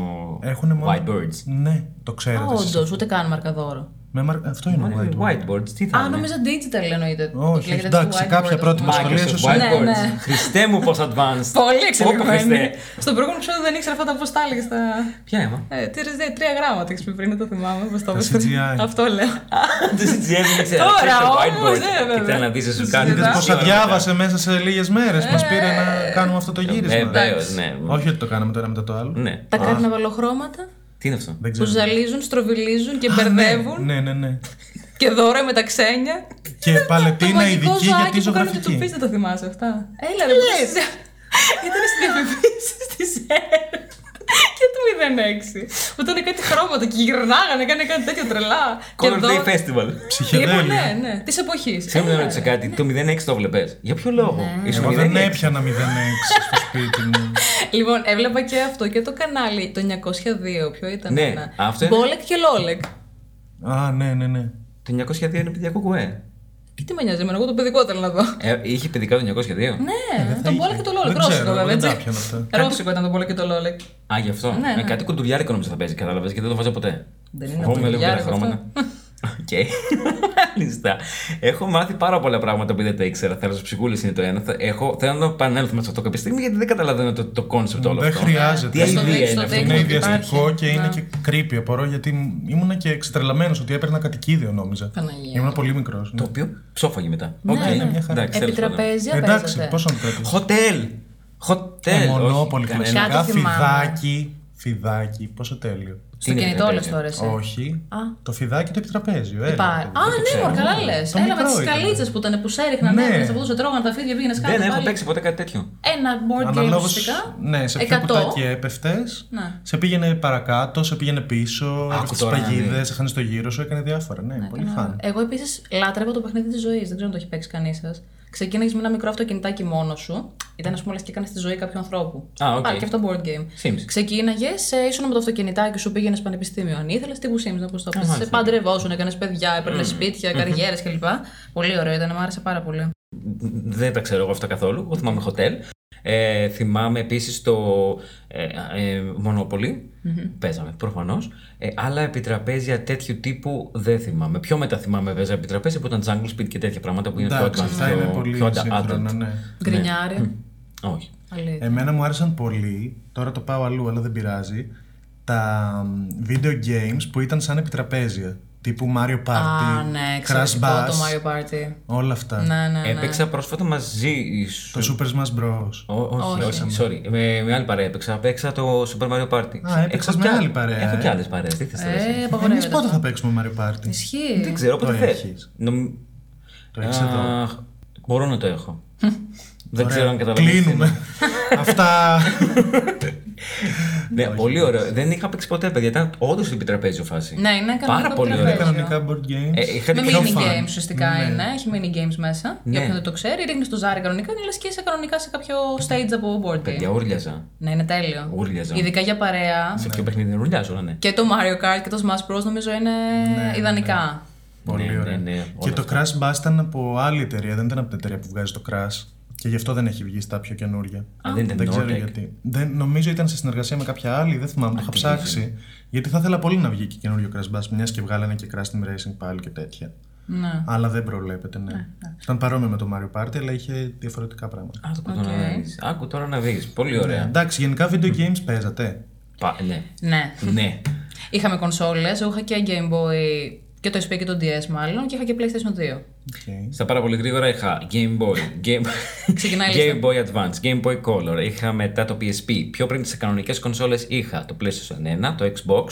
Speaker 3: Έχουνε μόνο.
Speaker 4: White birds.
Speaker 3: Ναι, το ξέρετε. εσείς.
Speaker 5: Όντως, ούτε καν μαρκαδόρο.
Speaker 3: Με μαρ- Αυτό είναι whiteboard.
Speaker 4: White birds, τι θα
Speaker 5: Α,
Speaker 4: είναι.
Speaker 5: νόμιζα digital εννοείται.
Speaker 3: Όχι,
Speaker 5: Λέγεται
Speaker 3: εντάξει,
Speaker 5: whiteboard,
Speaker 3: κάποια
Speaker 5: ας
Speaker 3: πρώτη
Speaker 5: πούμε.
Speaker 3: μας σχολεία
Speaker 4: Microsoft
Speaker 3: ίσως είναι.
Speaker 5: Ναι,
Speaker 4: whiteboards.
Speaker 5: ναι.
Speaker 4: Χριστέ μου, πώς advanced.
Speaker 5: Πολύ
Speaker 4: Ω, Χριστέ.
Speaker 5: εξελιγμένη. Στον προηγούμενο επεισόδιο δεν ήξερα αυτά πώς τα έλεγες. Τα...
Speaker 4: Ποια
Speaker 5: [LAUGHS]
Speaker 4: αίμα.
Speaker 5: Ε, τρεις- δε- τρία γράμματα έχεις πει πριν, δεν το θυμάμαι. Πώς το είπες.
Speaker 3: CGI.
Speaker 5: Αυτό
Speaker 3: [LAUGHS]
Speaker 5: λέω.
Speaker 4: Το CGM δεν ξέρω.
Speaker 5: Τώρα,
Speaker 4: ξέρεις το
Speaker 5: όμως,
Speaker 4: whiteboard.
Speaker 5: ναι, βέβαια.
Speaker 4: Κοίτα να δεις, θα σου κάνεις.
Speaker 3: Είδες
Speaker 5: Είδα.
Speaker 3: πόσα διάβασε μέσα σε λίγες μέρες. Μας πήρε να κάνουμε αυτό το γύρισμα.
Speaker 4: Βεβαίως, Ε. ναι.
Speaker 3: Όχι ότι το κάναμε το ένα μετά το άλλο.
Speaker 4: Ναι.
Speaker 5: Τα καρναβαλοχρώματα
Speaker 4: Τι είναι αυτό.
Speaker 3: Δεν
Speaker 5: που
Speaker 3: ξέρω.
Speaker 5: ζαλίζουν, στροβιλίζουν και μπερδεύουν
Speaker 3: Ναι, ναι,
Speaker 4: [LAUGHS]
Speaker 3: ναι.
Speaker 5: και δώρα με τα ξένια.
Speaker 3: Και
Speaker 5: το
Speaker 3: παλετίνα
Speaker 5: μαγικό
Speaker 3: ειδική
Speaker 5: ζωάκι
Speaker 3: για τη
Speaker 5: που κάνουν του
Speaker 3: ζωγραφική.
Speaker 5: πεις, δεν τα θυμάσαι αυτά. Έλα, ρε, λες. Ήταν στις διαφημίσεις [LAUGHS] της ΕΡΤ και του 06. Που ήταν κάτι χρώματα και γυρνάγανε, έκανε κάτι τέτοιο τρελά. Και
Speaker 4: Color Day
Speaker 5: δώρα-
Speaker 4: Festival.
Speaker 5: Ήμουν,
Speaker 3: Ψυχεδέλεια.
Speaker 5: Ναι, ναι, της εποχής.
Speaker 4: Θέλω να
Speaker 5: Ναι.
Speaker 4: ρωτήσω κάτι. Το 06 το βλέπες. Για ποιο λόγο. Ήσουν
Speaker 3: Εγώ δεν
Speaker 4: 06.
Speaker 3: έπιανα 06 στο σπίτι μου.
Speaker 5: Λοιπόν, έβλεπα και αυτό και το κανάλι το 902. Ποιο ήταν.
Speaker 4: Ναι,
Speaker 5: ένα?
Speaker 4: αυτό είναι.
Speaker 5: Μπόλεκ και Λόλεκ.
Speaker 3: Α, ναι, ναι, ναι.
Speaker 4: Το 902 είναι παιδιακό κουέ.
Speaker 5: Και τι με νοιάζει, εμένα, εγώ το παιδικό θέλω να δω.
Speaker 4: Ε, είχε παιδικά το 902.
Speaker 5: Ναι, τον
Speaker 3: είχε.
Speaker 5: Μπόλεκ και το Λόλεκ.
Speaker 3: Ε, Δεν ξέρω,
Speaker 5: Ρώσικο βέβαια.
Speaker 3: δεν τα
Speaker 5: έτσι.
Speaker 3: πιάνω αυτά.
Speaker 5: Ρώσικο ήταν το Μπόλεκ και το Λόλεκ.
Speaker 4: Α, γι' αυτό.
Speaker 5: Ναι,
Speaker 4: Ε,
Speaker 5: ναι.
Speaker 4: κάτι κοντουριάρικο νομίζω θα παίζει, κατάλαβες και δεν το βάζω ποτέ.
Speaker 5: Δεν είναι
Speaker 4: Φοβόμαι λίγο και τα
Speaker 5: κοντουριάρικο
Speaker 4: χρώματα. Οκ. [LAUGHS] Μάλιστα. Έχω μάθει πάρα πολλά πράγματα που δεν τα ήξερα. Θέλω στου ψυχούλε είναι το ένα. Θα- Έχω, θέλω να επανέλθουμε σε αυτό κάποια στιγμή γιατί δεν καταλαβαίνω το, το concept όλο
Speaker 3: Δεν
Speaker 4: αυτό.
Speaker 3: χρειάζεται. Ναι.
Speaker 4: Τι
Speaker 5: Στο
Speaker 4: αηδία
Speaker 5: δείξω,
Speaker 4: είναι
Speaker 5: το
Speaker 4: αυτό.
Speaker 5: δείξω.
Speaker 3: Είναι
Speaker 5: Υπάρχει.
Speaker 3: ιδιαστικό και είναι
Speaker 5: Ναι.
Speaker 3: και creepy. Απορώ γιατί ήμουνα και εξτρελαμένο ότι έπαιρνα κατοικίδιο νόμιζα.
Speaker 5: Παναγία.
Speaker 3: Ήμουνα πολύ ναι. μικρό.
Speaker 4: Το οποίο ψόφαγε μετά. Οκ.
Speaker 5: ναι.
Speaker 3: μια χαρά.
Speaker 4: Εντάξει, τέλος πάντων.
Speaker 5: Επιτραπέζια
Speaker 3: Εντάξει,
Speaker 5: παίζατε.
Speaker 3: πόσο να το έπαιρνα.
Speaker 4: Χοτέλ. Χοτέλ.
Speaker 3: Μονόπολη
Speaker 4: Όχι,
Speaker 3: κλασικά.
Speaker 5: Κάτι θυμάμαι.
Speaker 3: Φιδάκι. Φιδάκι. Πόσο τέλειο.
Speaker 5: Στο
Speaker 4: είναι
Speaker 5: κινητό
Speaker 4: επιτραπέζιο?
Speaker 5: όλε τώρα. εσύ.
Speaker 3: Όχι.
Speaker 5: Α.
Speaker 3: Το φιδάκι το επιτραπέζιο. Έλα.
Speaker 5: Πα-
Speaker 3: παιδί.
Speaker 5: Α, ναι, μωρ, καλά λες.
Speaker 3: Το
Speaker 5: Έλα με
Speaker 3: μικρό
Speaker 5: τι
Speaker 3: ήταν.
Speaker 5: καλίτσε που ήταν που σε έριχναν,
Speaker 3: Ναι.
Speaker 5: ναι. από τρώγαν τα φίδια, πήγαινες κάτω.
Speaker 4: Δεν έχω
Speaker 5: πάλι.
Speaker 4: παίξει ποτέ κάτι τέτοιο.
Speaker 5: Ένα board game
Speaker 3: Αναλόγως,
Speaker 5: φυσικά.
Speaker 3: ναι, σε ποιο
Speaker 5: 100.
Speaker 3: κουτάκι έπεφτες.
Speaker 5: Ναι.
Speaker 3: Σε πήγαινε παρακάτω, σε πήγαινε πίσω, έπεφτες τις
Speaker 4: τώρα, ναι.
Speaker 3: παγίδες, έχανε το γύρο σου, έκανε διάφορα. Ναι, πολύ
Speaker 5: Έκανα-
Speaker 3: φαν.
Speaker 5: Εγώ επίσης λάτρευα το παιχνίδι της ζωής. Δεν ξέρω αν το έχει παίξει κανείς σας. Ξεκίνησε με ένα μικρό αυτοκινητάκι μόνος σου. Ήταν, ας πούμε, λες και έκανες τη ζωή κάποιου ανθρώπου.
Speaker 4: Α, οκ.
Speaker 5: Πάλι και αυτό board game.
Speaker 4: Sims.
Speaker 5: Ξεκίναγες, ήσουν με το αυτοκινητάκι σου, πήγαινες πανεπιστήμιο αν ήθελες, τύπου Sims να πω το πει. Σε
Speaker 4: μάλιστα.
Speaker 5: παντρευόσουν, έκανες παιδιά, έπαιρνες σπίτια, καριέρες κλπ. Πολύ ωραίο ήταν, μου άρεσε πάρα
Speaker 4: Ναι.
Speaker 5: πολύ.
Speaker 4: Δεν τα ξέρω εγώ αυτά καθόλου. Εγώ θυμάμαι Hotel. Ε, θυμάμαι επίσης το ε, ε, Monopoly. Παίζαμε προφανώς. Ε, άλλα επιτραπέζια τέτοιου τύπου δεν θυμάμαι. Πιο μετά θυμάμαι βέβαια επιτραπέζια που ήταν Jungle Speed και τέτοια πράγματα που είναι πιο
Speaker 3: Εντάξει,
Speaker 4: advanced.
Speaker 3: αυτά
Speaker 4: πιο-
Speaker 3: είναι πολύ
Speaker 4: πιο adult.
Speaker 3: σύγχρονα, ναι.
Speaker 5: Γκρινιάρι.
Speaker 4: Όχι.
Speaker 5: Αλήθεια.
Speaker 3: Εμένα μου άρεσαν πολύ, τώρα το πάω αλλού, αλλά δεν πειράζει, τα μ, video games που ήταν σαν επιτραπέζια. Τύπου Mario Party,
Speaker 5: Α, ναι,
Speaker 3: Ε, Crash Ε,
Speaker 5: εξαιρετικό
Speaker 3: Bash,
Speaker 5: το Mario Party.
Speaker 3: όλα αυτά.
Speaker 5: Ναι, ναι, ναι.
Speaker 4: Έπαιξα πρόσφατα μαζί σου.
Speaker 3: Το Super Smash Bros.
Speaker 4: Ό, όχι,
Speaker 5: Όχι.
Speaker 4: όχι, sorry. Ε, Με, με άλλη παρέα έπαιξα. Έπαιξα το Super Mario Party.
Speaker 3: Α, έπαιξες
Speaker 4: Έχω
Speaker 3: με
Speaker 4: κι άλλ-
Speaker 3: άλλη παρέα,
Speaker 4: Έχω
Speaker 3: ε.
Speaker 4: και άλλες παρέες. Τι θες, ρε, εσύ.
Speaker 5: Ε,
Speaker 3: Εμείς
Speaker 5: απαγορεύεται.
Speaker 3: πότε
Speaker 5: αυτό.
Speaker 3: θα παίξουμε Mario Party.
Speaker 5: Ισχύει.
Speaker 4: Δεν ξέρω πότε
Speaker 3: το
Speaker 4: θε.
Speaker 3: έχεις.
Speaker 4: Νομι...
Speaker 3: Το έχεις εδώ.
Speaker 4: Αχ, Μπορώ να το
Speaker 3: [LAUGHS]
Speaker 4: έχω. Δεν
Speaker 3: Ωραία,
Speaker 4: ξέρω αν καταλαβαίνω.
Speaker 3: Κλείνουμε. [LAUGHS] Αυτά.
Speaker 4: Ναι, πολύ ωραίο. Δεν είχα παίξει ποτέ, παιδιά. Ήταν όντως στην επιτραπέζιο φάση.
Speaker 5: Ναι, είναι
Speaker 4: Πάρα
Speaker 5: κανονικό
Speaker 4: πολύ
Speaker 5: επιτραπέζιο.
Speaker 4: ωραίο.
Speaker 3: Κανονικά board games.
Speaker 4: Ε, είχα
Speaker 5: Με
Speaker 4: την
Speaker 3: πιο
Speaker 5: mini
Speaker 3: fun.
Speaker 5: games ουσιαστικά
Speaker 3: Ναι.
Speaker 5: είναι, έχει mini games μέσα.
Speaker 4: Ναι.
Speaker 5: Για όποιον δεν το ξέρει, ρίχνεις το ζάρι κανονικά και λες και είσαι κανονικά σε κάποιο stage από board game.
Speaker 4: Παιδιά, Ναι. ούρλιαζα.
Speaker 5: Ναι, είναι τέλειο.
Speaker 4: Ούρλιαζα.
Speaker 5: Ειδικά για παρέα.
Speaker 4: Σε ποιο παιχνίδι δεν ούρλιαζα, ναι.
Speaker 5: Και το Mario Kart και το Smash Bros. νομίζω είναι ιδανικά.
Speaker 3: Πολύ
Speaker 4: Ναι,
Speaker 3: ωραία.
Speaker 4: ναι, ναι,
Speaker 3: και
Speaker 4: όλα
Speaker 3: το Crash Bash ήταν από άλλη εταιρεία, δεν ήταν από την εταιρεία που βγάζει το Crash. Και γι' αυτό δεν έχει βγει στα πιο καινούρια.
Speaker 4: Α, δεν ήταν
Speaker 3: ξέρω
Speaker 4: Ναι, Nordic.
Speaker 3: γιατί. Δεν, νομίζω ήταν σε συνεργασία με κάποια άλλη, δεν θυμάμαι, το είχα ψάξει. Γιατί θα ήθελα πολύ να βγει και καινούριο Crash Bash, μιας και βγάλανε και Crash Team Racing πάλι και τέτοια.
Speaker 5: Ναι.
Speaker 3: Αλλά δεν προβλέπεται, ναι. Ήταν παρόμοιο με το Mario Party, αλλά είχε διαφορετικά πράγματα.
Speaker 4: Άκου τώρα να δεις. Άκου τώρα να δεις. Πολύ ωραία.
Speaker 3: Εντάξει, γενικά video games παίζατε.
Speaker 4: Πα- Ναι.
Speaker 5: Ναι.
Speaker 4: Ναι.
Speaker 5: Είχαμε κονσόλες, εγώ είχα και Game Boy και το SP και το DS μάλλον και είχα και PlayStation 2.
Speaker 3: Okay.
Speaker 4: Στα πάρα πολύ γρήγορα είχα Game Boy, Game,
Speaker 5: Ξεκινάει η λίστα.
Speaker 4: Game Boy Advance, Game Boy Color, είχα μετά το PSP. Πιο πριν τις κανονικές κονσόλες είχα το PlayStation 1, το Xbox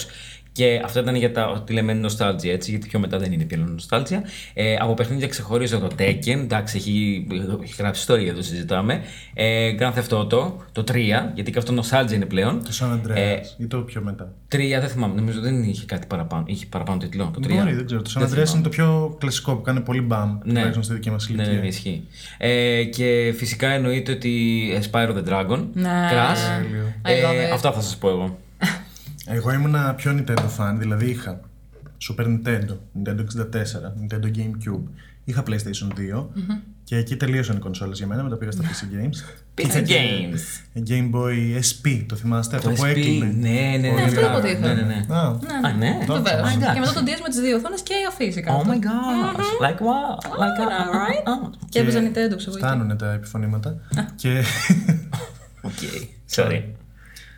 Speaker 4: και αυτό ήταν για τα ότι λέμε nostalgia έτσι, γιατί πιο μετά δεν είναι πλέον nostalgia. Ε, από παιχνίδια ξεχωρίζω το Tekken, εντάξει έχει, έχει γράψει ιστορία εδώ συζητάμε. Ε, Grand Theft Auto, το 3, γιατί και αυτό nostalgia είναι πλέον.
Speaker 3: Το San Andreas
Speaker 4: Ε,
Speaker 3: ή το πιο μετά.
Speaker 4: 3 δεν θυμάμαι, νομίζω δεν είχε κάτι παραπάνω, είχε παραπάνω τίτλο, το 3.
Speaker 3: Μπορεί, δεν ξέρω. Το San Andreas είναι το πιο κλασικό που κάνει πολύ μπαμ, τουλάχιστον στη δική μας
Speaker 4: Ναι,
Speaker 3: ηλικία.
Speaker 4: ναι, ναι, ισχύει. Ε, και φυσικά εννοείται ότι ε, Spyro the Dragon,
Speaker 5: Ναι.
Speaker 4: Crash.
Speaker 3: Τέλειο.
Speaker 5: I love
Speaker 4: Ε,
Speaker 5: it.
Speaker 4: αυτά θα σας πω εγώ.
Speaker 3: Εγώ ήμουνα πιο Nintendo fan, δηλαδή είχα Super Nintendo, Nintendo 64, Nintendo GameCube, είχα PlayStation 2 και εκεί τελείωσαν οι κονσόλες για μένα, μετά πήγα στα PC Games.
Speaker 4: Pizza Games.
Speaker 3: Game Boy SP, το θυμάστε, αυτό που
Speaker 4: SP,
Speaker 3: έκλεινε.
Speaker 4: Ναι, ναι, ναι.
Speaker 5: αυτό
Speaker 4: ναι,
Speaker 5: από το είχα.
Speaker 4: ναι, ναι, ναι.
Speaker 3: Α,
Speaker 4: Α, ναι.
Speaker 3: το
Speaker 5: Βεβαίως.
Speaker 4: Α, εντάξει.
Speaker 5: Και μετά το DS με τις δύο οθόνες και η αφήση κάτω.
Speaker 4: Oh my gosh, like wow, like
Speaker 5: Mm-hmm. Alright.
Speaker 4: wow. ah, ah.
Speaker 5: Και έπαιζα Nintendo, ξέρω εγώ.
Speaker 3: Φτάνουνε τα επιφωνήματα και [LAUGHS]
Speaker 4: Okay, sorry.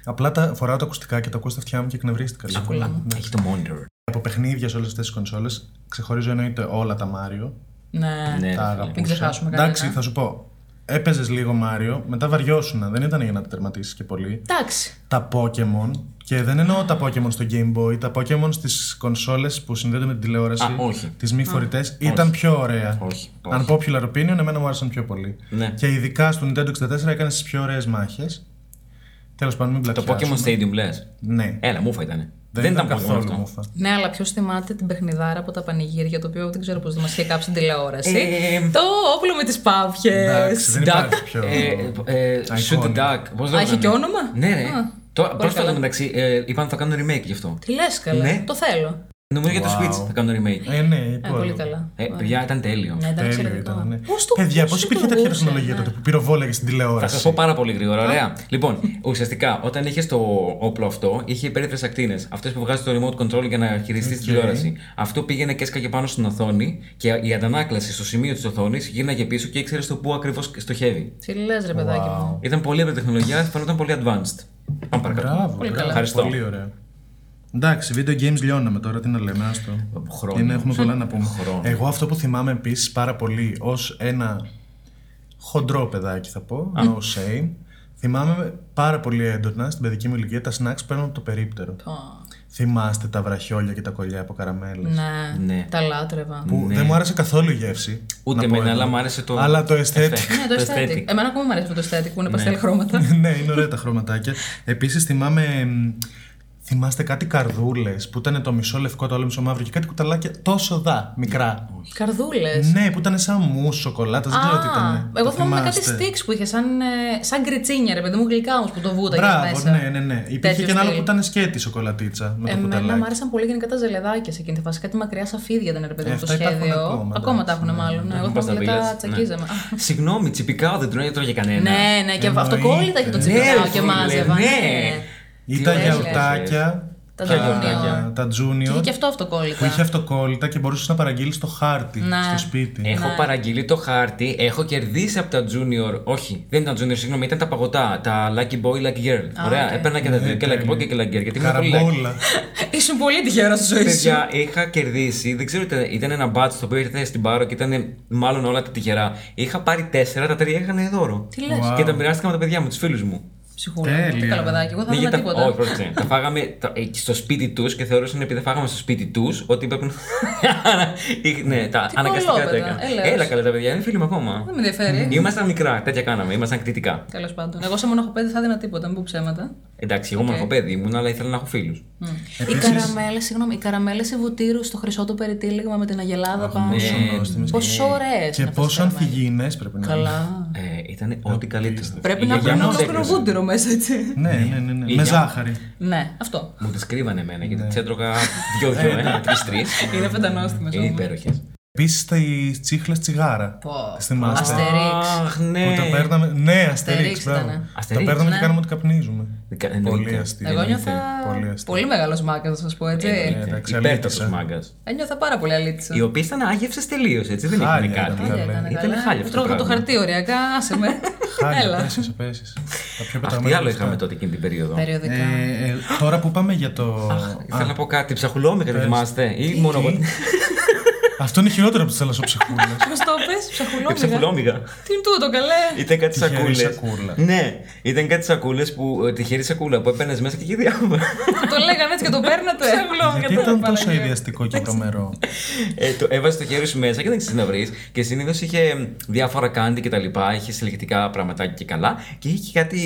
Speaker 3: απλά τα φοράω τα ακουστικά και το ακούω στα αυτιά μου και εκνευρίστηκα. λίγο.
Speaker 4: Κολλά.
Speaker 3: Ναι.
Speaker 4: Έχει το monitor.
Speaker 3: Από παιχνίδια σε όλες αυτές τις κονσόλες ξεχωρίζω εννοείται όλα τα Mario,
Speaker 4: Ναι,
Speaker 5: Ναι.
Speaker 3: Τα
Speaker 4: ρε φίλε.
Speaker 3: αγαπούσα.
Speaker 5: Μην ξεχάσουμε κανένα.
Speaker 3: Εντάξει, θα σου πω. Έπαιζες λίγο Μάριο, μετά βαριόσουνα. Δεν ήταν για να τα τερματίσεις και πολύ.
Speaker 5: Εντάξει.
Speaker 3: Τα Pokémon. Και δεν εννοώ τα Pokémon στο Game Boy. Τα Pokémon στις κονσόλες που συνδέονται με την τηλεόραση.
Speaker 4: Α, όχι.
Speaker 3: Τις μη φορητέ ήταν πιο ωραία.
Speaker 4: Όχι,
Speaker 3: Αν popular opinion, εμένα μου άρεσαν πιο πολύ.
Speaker 4: Ναι.
Speaker 3: Και ειδικά στο Nintendo 64 έκανες τις πιο ωραίες μάχες. Τέλος πάντων, μην
Speaker 4: Το
Speaker 3: πλατιάσουμε.
Speaker 4: Pokemon Stadium λες.
Speaker 3: Ναι.
Speaker 4: Έλα, μούφα ήτανε.
Speaker 3: δεν,
Speaker 4: Δεν
Speaker 3: ήταν
Speaker 4: ήταν Pokemon
Speaker 3: καθόλου
Speaker 4: αυτό.
Speaker 3: μούφα.
Speaker 5: Ναι, αλλά ποιος θυμάται την παιχνιδάρα από τα πανηγύρια, το οποίο δεν ξέρω πώς δεν μας είχε κάψει την τηλεόραση.
Speaker 4: Ε,
Speaker 5: το όπλο με τις πάπιες.
Speaker 3: Εντάξει, δεν
Speaker 4: Duck,
Speaker 3: υπάρχει πιο.
Speaker 4: ε, ε, Shoot the
Speaker 3: Iconic.
Speaker 4: Duck. Πώς λέγανε.
Speaker 5: έχει και όνομα?
Speaker 4: Ναι, ρε.
Speaker 5: Α,
Speaker 4: Τώρα,
Speaker 5: πολύ
Speaker 4: πρόσφατα
Speaker 5: καλά.
Speaker 4: μεταξύ, ε, είπαν θα κάνουν remake γι' αυτό.
Speaker 5: Τι λες, καλά.
Speaker 4: Ναι.
Speaker 5: Το θέλω.
Speaker 4: Νομίζω για το
Speaker 3: Wow.
Speaker 4: Switch θα κάνουν remake.
Speaker 3: Ε, ναι,
Speaker 5: Ε,
Speaker 3: υπόλοιπα.
Speaker 5: πολύ καλά.
Speaker 4: Ε, παιδιά, ήταν τέλειο.
Speaker 5: Ναι, ήταν
Speaker 3: Τέλειο
Speaker 5: εξαιρετικό.
Speaker 3: ήταν. ναι.
Speaker 5: Πώς το
Speaker 3: Παιδιά, πώς
Speaker 5: πώς το
Speaker 3: υπήρχε τέτοια
Speaker 5: μπορούσε,
Speaker 3: τεχνολογία
Speaker 5: ναι.
Speaker 3: τότε που πυροβόλαγε στην
Speaker 4: Θα
Speaker 3: τηλεόραση.
Speaker 4: σας πω πάρα πολύ γρήγορα, ωραία. Λοιπόν, ουσιαστικά όταν είχε το όπλο αυτό, είχε υπέρυθρες ακτίνες. Αυτές που βγάζεις το remote control για να χειριστείς
Speaker 3: Οκ.
Speaker 4: τη τηλεόραση. Αυτό πήγαινε και έσκαγε πάνω στην οθόνη και η αντανάκλαση στο σημείο της οθόνης γύρναγε πίσω και ήξερες το πού ακριβώς στοχεύει.
Speaker 5: Τι λες, ρε παιδάκι μου.
Speaker 4: Ήταν πολύ απλή τεχνολογία, φαίνονταν πολύ advanced. Πάμε παρακάτω.
Speaker 3: Μπράβο,
Speaker 5: Πολύ
Speaker 3: μπράβο,
Speaker 5: καλά.
Speaker 4: Ευχαριστώ.
Speaker 3: Πολύ ωραία. Εντάξει, video games λιώναμε τώρα, τι να λέμε, άστο.
Speaker 4: Χρόνος.
Speaker 3: Είναι, έχουμε πολλά να πούμε.
Speaker 4: Χρόνος.
Speaker 3: Εγώ αυτό που θυμάμαι επίσης πάρα πολύ ως ένα χοντρό παιδάκι θα πω, no shame. Θυμάμαι πάρα πολύ έντονα στην παιδική μου ηλικία τα snacks που παίρνω από το περίπτερο. Θυμάστε τα βραχιόλια και τα κολλιά από καραμέλες.
Speaker 5: Ναι,
Speaker 4: Ναι.
Speaker 5: τα λάτρευα.
Speaker 3: Που
Speaker 4: Ναι.
Speaker 3: δεν μου άρεσε καθόλου η γεύση.
Speaker 4: Ούτε
Speaker 3: να πω
Speaker 4: εμένα,
Speaker 3: εδώ.
Speaker 4: αλλά μου άρεσε το.
Speaker 3: Αλλά το
Speaker 4: effect.
Speaker 3: aesthetic.
Speaker 5: Ναι, το aesthetic. Εμένα ακόμα μου αρέσει αυτό το aesthetic που είναι παστέλ χρώματα.
Speaker 3: [LAUGHS] ναι, είναι ωραία τα χρωματάκια. Επίσης θυμάμαι. μ, Θυμάστε κάτι καρδούλες που ήταν το μισό λευκό, το άλλο μισό μαύρο και κάτι κουταλάκια τόσο δα, μικρά.
Speaker 5: Καρδούλες.
Speaker 3: Ναι, που ήταν σαν μου σοκολάτα, δεν ξέρω τι ήταν. ε,
Speaker 5: εγώ θυμάμαι κάτι sticks που είχε, σαν, ε, σαν κριτσίνια, ρε παιδί μου, γλυκά όμως που το βούταγες
Speaker 3: Μπράβο,
Speaker 5: μέσα.
Speaker 3: ναι, ναι, ναι. Υπήρχε
Speaker 5: Τέτοιο
Speaker 3: και ένα άλλο που
Speaker 5: στυλ. Ε,
Speaker 3: ήταν σκέτη σοκολατίτσα με το
Speaker 5: Εμένα μου
Speaker 3: κουταλάκι.
Speaker 5: άρεσαν πολύ γενικά τα ζελεδάκια σε εκείνη τη φάση. Κάτι μακριά σαφίδια ήταν ρε παιδί
Speaker 3: Ε,
Speaker 5: μου το
Speaker 3: αυτά υπάρχουν
Speaker 5: σχέδιο.
Speaker 3: ακόμα,
Speaker 5: Ακόμα,
Speaker 3: εντάξει,
Speaker 5: τα έχουν
Speaker 3: ναι.
Speaker 5: μάλλον. ναι. Εγώ
Speaker 4: Πας στα
Speaker 5: θυμάμαι γιατί τα
Speaker 4: village, ναι.
Speaker 5: τσακίζαμε. Α,
Speaker 4: Συγγνώμη, τσιπικά δεν τρώει, δεν τρώγε κανένα.
Speaker 5: [LAUGHS] Ναι, ναι, και
Speaker 3: Ε, Εννοείται.
Speaker 5: αυτοκόλλητα είχε το
Speaker 3: Ναι,
Speaker 5: τσιπικά και
Speaker 4: φίλε,
Speaker 5: μάζευα.
Speaker 4: ναι.
Speaker 5: ναι.
Speaker 3: Ή
Speaker 4: Τι
Speaker 3: τα
Speaker 4: ωραίες
Speaker 3: γιαουρτάκια.
Speaker 5: Τα
Speaker 3: τα
Speaker 5: junior.
Speaker 3: γιαουρτάκια, Τα
Speaker 5: Και είχε
Speaker 3: junior. Που είχε
Speaker 5: και αυτό αυτοκόλλητα. αυτοκόλλητα.
Speaker 3: αυτοκόλλητα και μπορούσες να παραγγείλεις το χάρτη
Speaker 5: Ναι.
Speaker 3: στο σπίτι.
Speaker 4: Έχω
Speaker 5: Ναι.
Speaker 4: παραγγείλει το χάρτη, έχω κερδίσει από τα junior. Όχι, δεν ήταν junior, συγγνώμη, ήταν τα παγωτά. Τα lucky boy, lucky girl.
Speaker 5: Α,
Speaker 4: Ωραία,
Speaker 5: οκ.
Speaker 4: έπαιρνα και
Speaker 3: Ναι,
Speaker 4: τα δύο. Και lucky boy και lucky
Speaker 5: Ε,
Speaker 4: girl. Γιατί ήμουν πολύ lucky.
Speaker 3: Καραμπόλα.
Speaker 5: [LAUGHS] Ήσουν πολύ τυχερός στη ζωή σου.
Speaker 4: Παιδιά, είχα κερδίσει, δεν ξέρω, ήταν, ήταν ένα μπάτ στο οποίο ήρθε στην Πάρο και ήταν μάλλον όλα τα τυχερά. Είχα πάρει τέσσερα, τα τρία είχαν δώρο.
Speaker 5: Τι λες,
Speaker 3: Wow.
Speaker 4: Και τα μοιράστηκα με τα παιδιά μου, τους φίλους μου.
Speaker 5: ψυχούλα.
Speaker 3: Τέλεια.
Speaker 5: Τι καλό παιδάκι, εγώ θα
Speaker 4: Ναι,
Speaker 5: ήμουν
Speaker 4: γιατί τα-
Speaker 5: τίποτα.
Speaker 4: Όχι, πρόσεξε. τα φάγαμε τα- ε, στο σπίτι τους και θεωρούσαν επειδή τα φάγαμε στο σπίτι τους ότι πρέπει να. [LAUGHS] Είχ- ναι, τα
Speaker 5: Τι
Speaker 4: αναγκαστικά τα
Speaker 5: κολόπεδα,
Speaker 4: έκανα.
Speaker 5: έλεος.
Speaker 4: Έλα καλά τα παιδιά, είναι φίλοι μου ακόμα.
Speaker 5: Δεν με
Speaker 3: Ναι.
Speaker 5: ενδιαφέρει.
Speaker 4: Ήμασταν μικρά, τέτοια κάναμε, ήμασταν κτητικά.
Speaker 5: Τέλος πάντων. Εγώ σε μονοχοπέδι θα έδινα τίποτα, μην πω ψέματα.
Speaker 4: Εντάξει, εγώ μοναχοπέδι ήμουν, αλλά ήθελα να έχω φίλους.
Speaker 5: Οι καραμέλες, συγγνώμη, οι καραμέλες βουτύρους στο χρυσό το περιτύλιγμα με την Αγελάδα πάνω.
Speaker 3: Πόσο
Speaker 4: Ναι,
Speaker 3: νόστιμες.
Speaker 5: Πόσο ωραίες.
Speaker 3: Και πόσο ανθυγιεινές πρέπει να είναι.
Speaker 5: Καλά.
Speaker 4: Ε, ήταν ό,τι καλύτερο.
Speaker 5: Πρέπει
Speaker 4: Η
Speaker 5: να
Speaker 4: γιαγιά
Speaker 5: έχουν
Speaker 4: μου
Speaker 5: ένα
Speaker 4: τις
Speaker 5: ολόκληρο
Speaker 4: έκλεισε.
Speaker 5: βούτυρο μέσα, έτσι.
Speaker 3: Ναι, ναι, ναι, ναι.
Speaker 4: Η
Speaker 3: Με
Speaker 4: γιαγιά μου-
Speaker 3: ζάχαρη.
Speaker 5: Ναι, αυτό.
Speaker 4: Μου τις κρύβανε εμένα
Speaker 3: Ναι.
Speaker 4: γιατί τι έτρωγα δυο-δυο,
Speaker 3: Ε,
Speaker 4: ένα, Ε, τρει-τρει.
Speaker 5: Είναι φαντανόστιμες
Speaker 4: Είναι
Speaker 5: όμως.
Speaker 4: υπέροχες.
Speaker 3: Επίσης τα τσίχλες τσιγάρα.
Speaker 5: Πω.
Speaker 3: Τις θυμάστε.
Speaker 5: Αστερί- Αστερίξ.
Speaker 4: Αχ, ναι.
Speaker 3: Που τα παίρναμε. Ναι,
Speaker 5: Αστερίξ
Speaker 3: αστερίξ. μπράβο.
Speaker 5: ήτανε.
Speaker 4: Αστερίξ,
Speaker 3: Τα παίρναμε και
Speaker 5: ναι.
Speaker 3: κάναμε ότι καπνίζουμε.
Speaker 4: Κα- εννοείται.
Speaker 3: Πολύ αστείο.
Speaker 5: Εγώ νιώθα
Speaker 3: Πολύ αστείο.
Speaker 5: πολύ μεγάλος μάκα, να σας πω έτσι.
Speaker 4: Ε,
Speaker 3: ναι. εντάξει,
Speaker 4: Υπέρτατος
Speaker 3: αλήτησα.
Speaker 4: μάγκα.
Speaker 5: Ένιωθα πάρα πολύ αλήθεια.
Speaker 4: Οι οποίες ήταν άγευσες τελείως, έτσι δεν
Speaker 3: Χάλια
Speaker 4: είχαν κάτι.
Speaker 3: ήταν τα λένε.
Speaker 4: Ήταν χάλια αυτό.
Speaker 5: Τρώγα το
Speaker 4: πράγμα.
Speaker 5: χαρτί, ωριακά, άσε με.
Speaker 3: Χάλια,
Speaker 5: [LAUGHS] Έλα.
Speaker 3: πέσεις, πέσεις. Τα πιο
Speaker 4: Αχ, τι
Speaker 3: πεταμένα
Speaker 4: άλλο
Speaker 3: λεφτά.
Speaker 4: είχαμε τότε εκείνη την περίοδο.
Speaker 5: Περιοδικά.
Speaker 3: Ε, ε, τώρα που πάμε για το.
Speaker 4: Θέλω να πω κάτι, ψαχουλόμηκα, δεν θυμάστε. Ή μόνο εγώ.
Speaker 3: Αυτό είναι χειρότερο από τι
Speaker 5: [LAUGHS]
Speaker 3: θαλασσοψυχούλε.
Speaker 5: Πώς το πες,
Speaker 4: Ε,
Speaker 5: ψαχουλόμυγα.
Speaker 4: Ψαχουλόμηκα.
Speaker 5: Τι είναι τούτο, καλέ.
Speaker 4: Ήταν κάτι
Speaker 3: Τυχερή
Speaker 4: σακούλες.
Speaker 3: σακούλα.
Speaker 4: Ναι, ήταν κάτι σακούλες που. τυχερή σακούλα που έπαιρνες μέσα και είχε διάφορα.
Speaker 5: Το λέγανε έτσι και το παίρνατε. Ψαχουλόμυγα.
Speaker 3: Γιατί ήταν τόσο ιδιαστικό και βρωμερό.
Speaker 4: Ε, το έβαζε το χέρι σου μέσα και δεν ξέρεις να βρεις. Και συνήθως είχε διάφορα κάντι και τα λοιπά. Είχε συλλεκτικά πραγματάκια και καλά. Και είχε και κάτι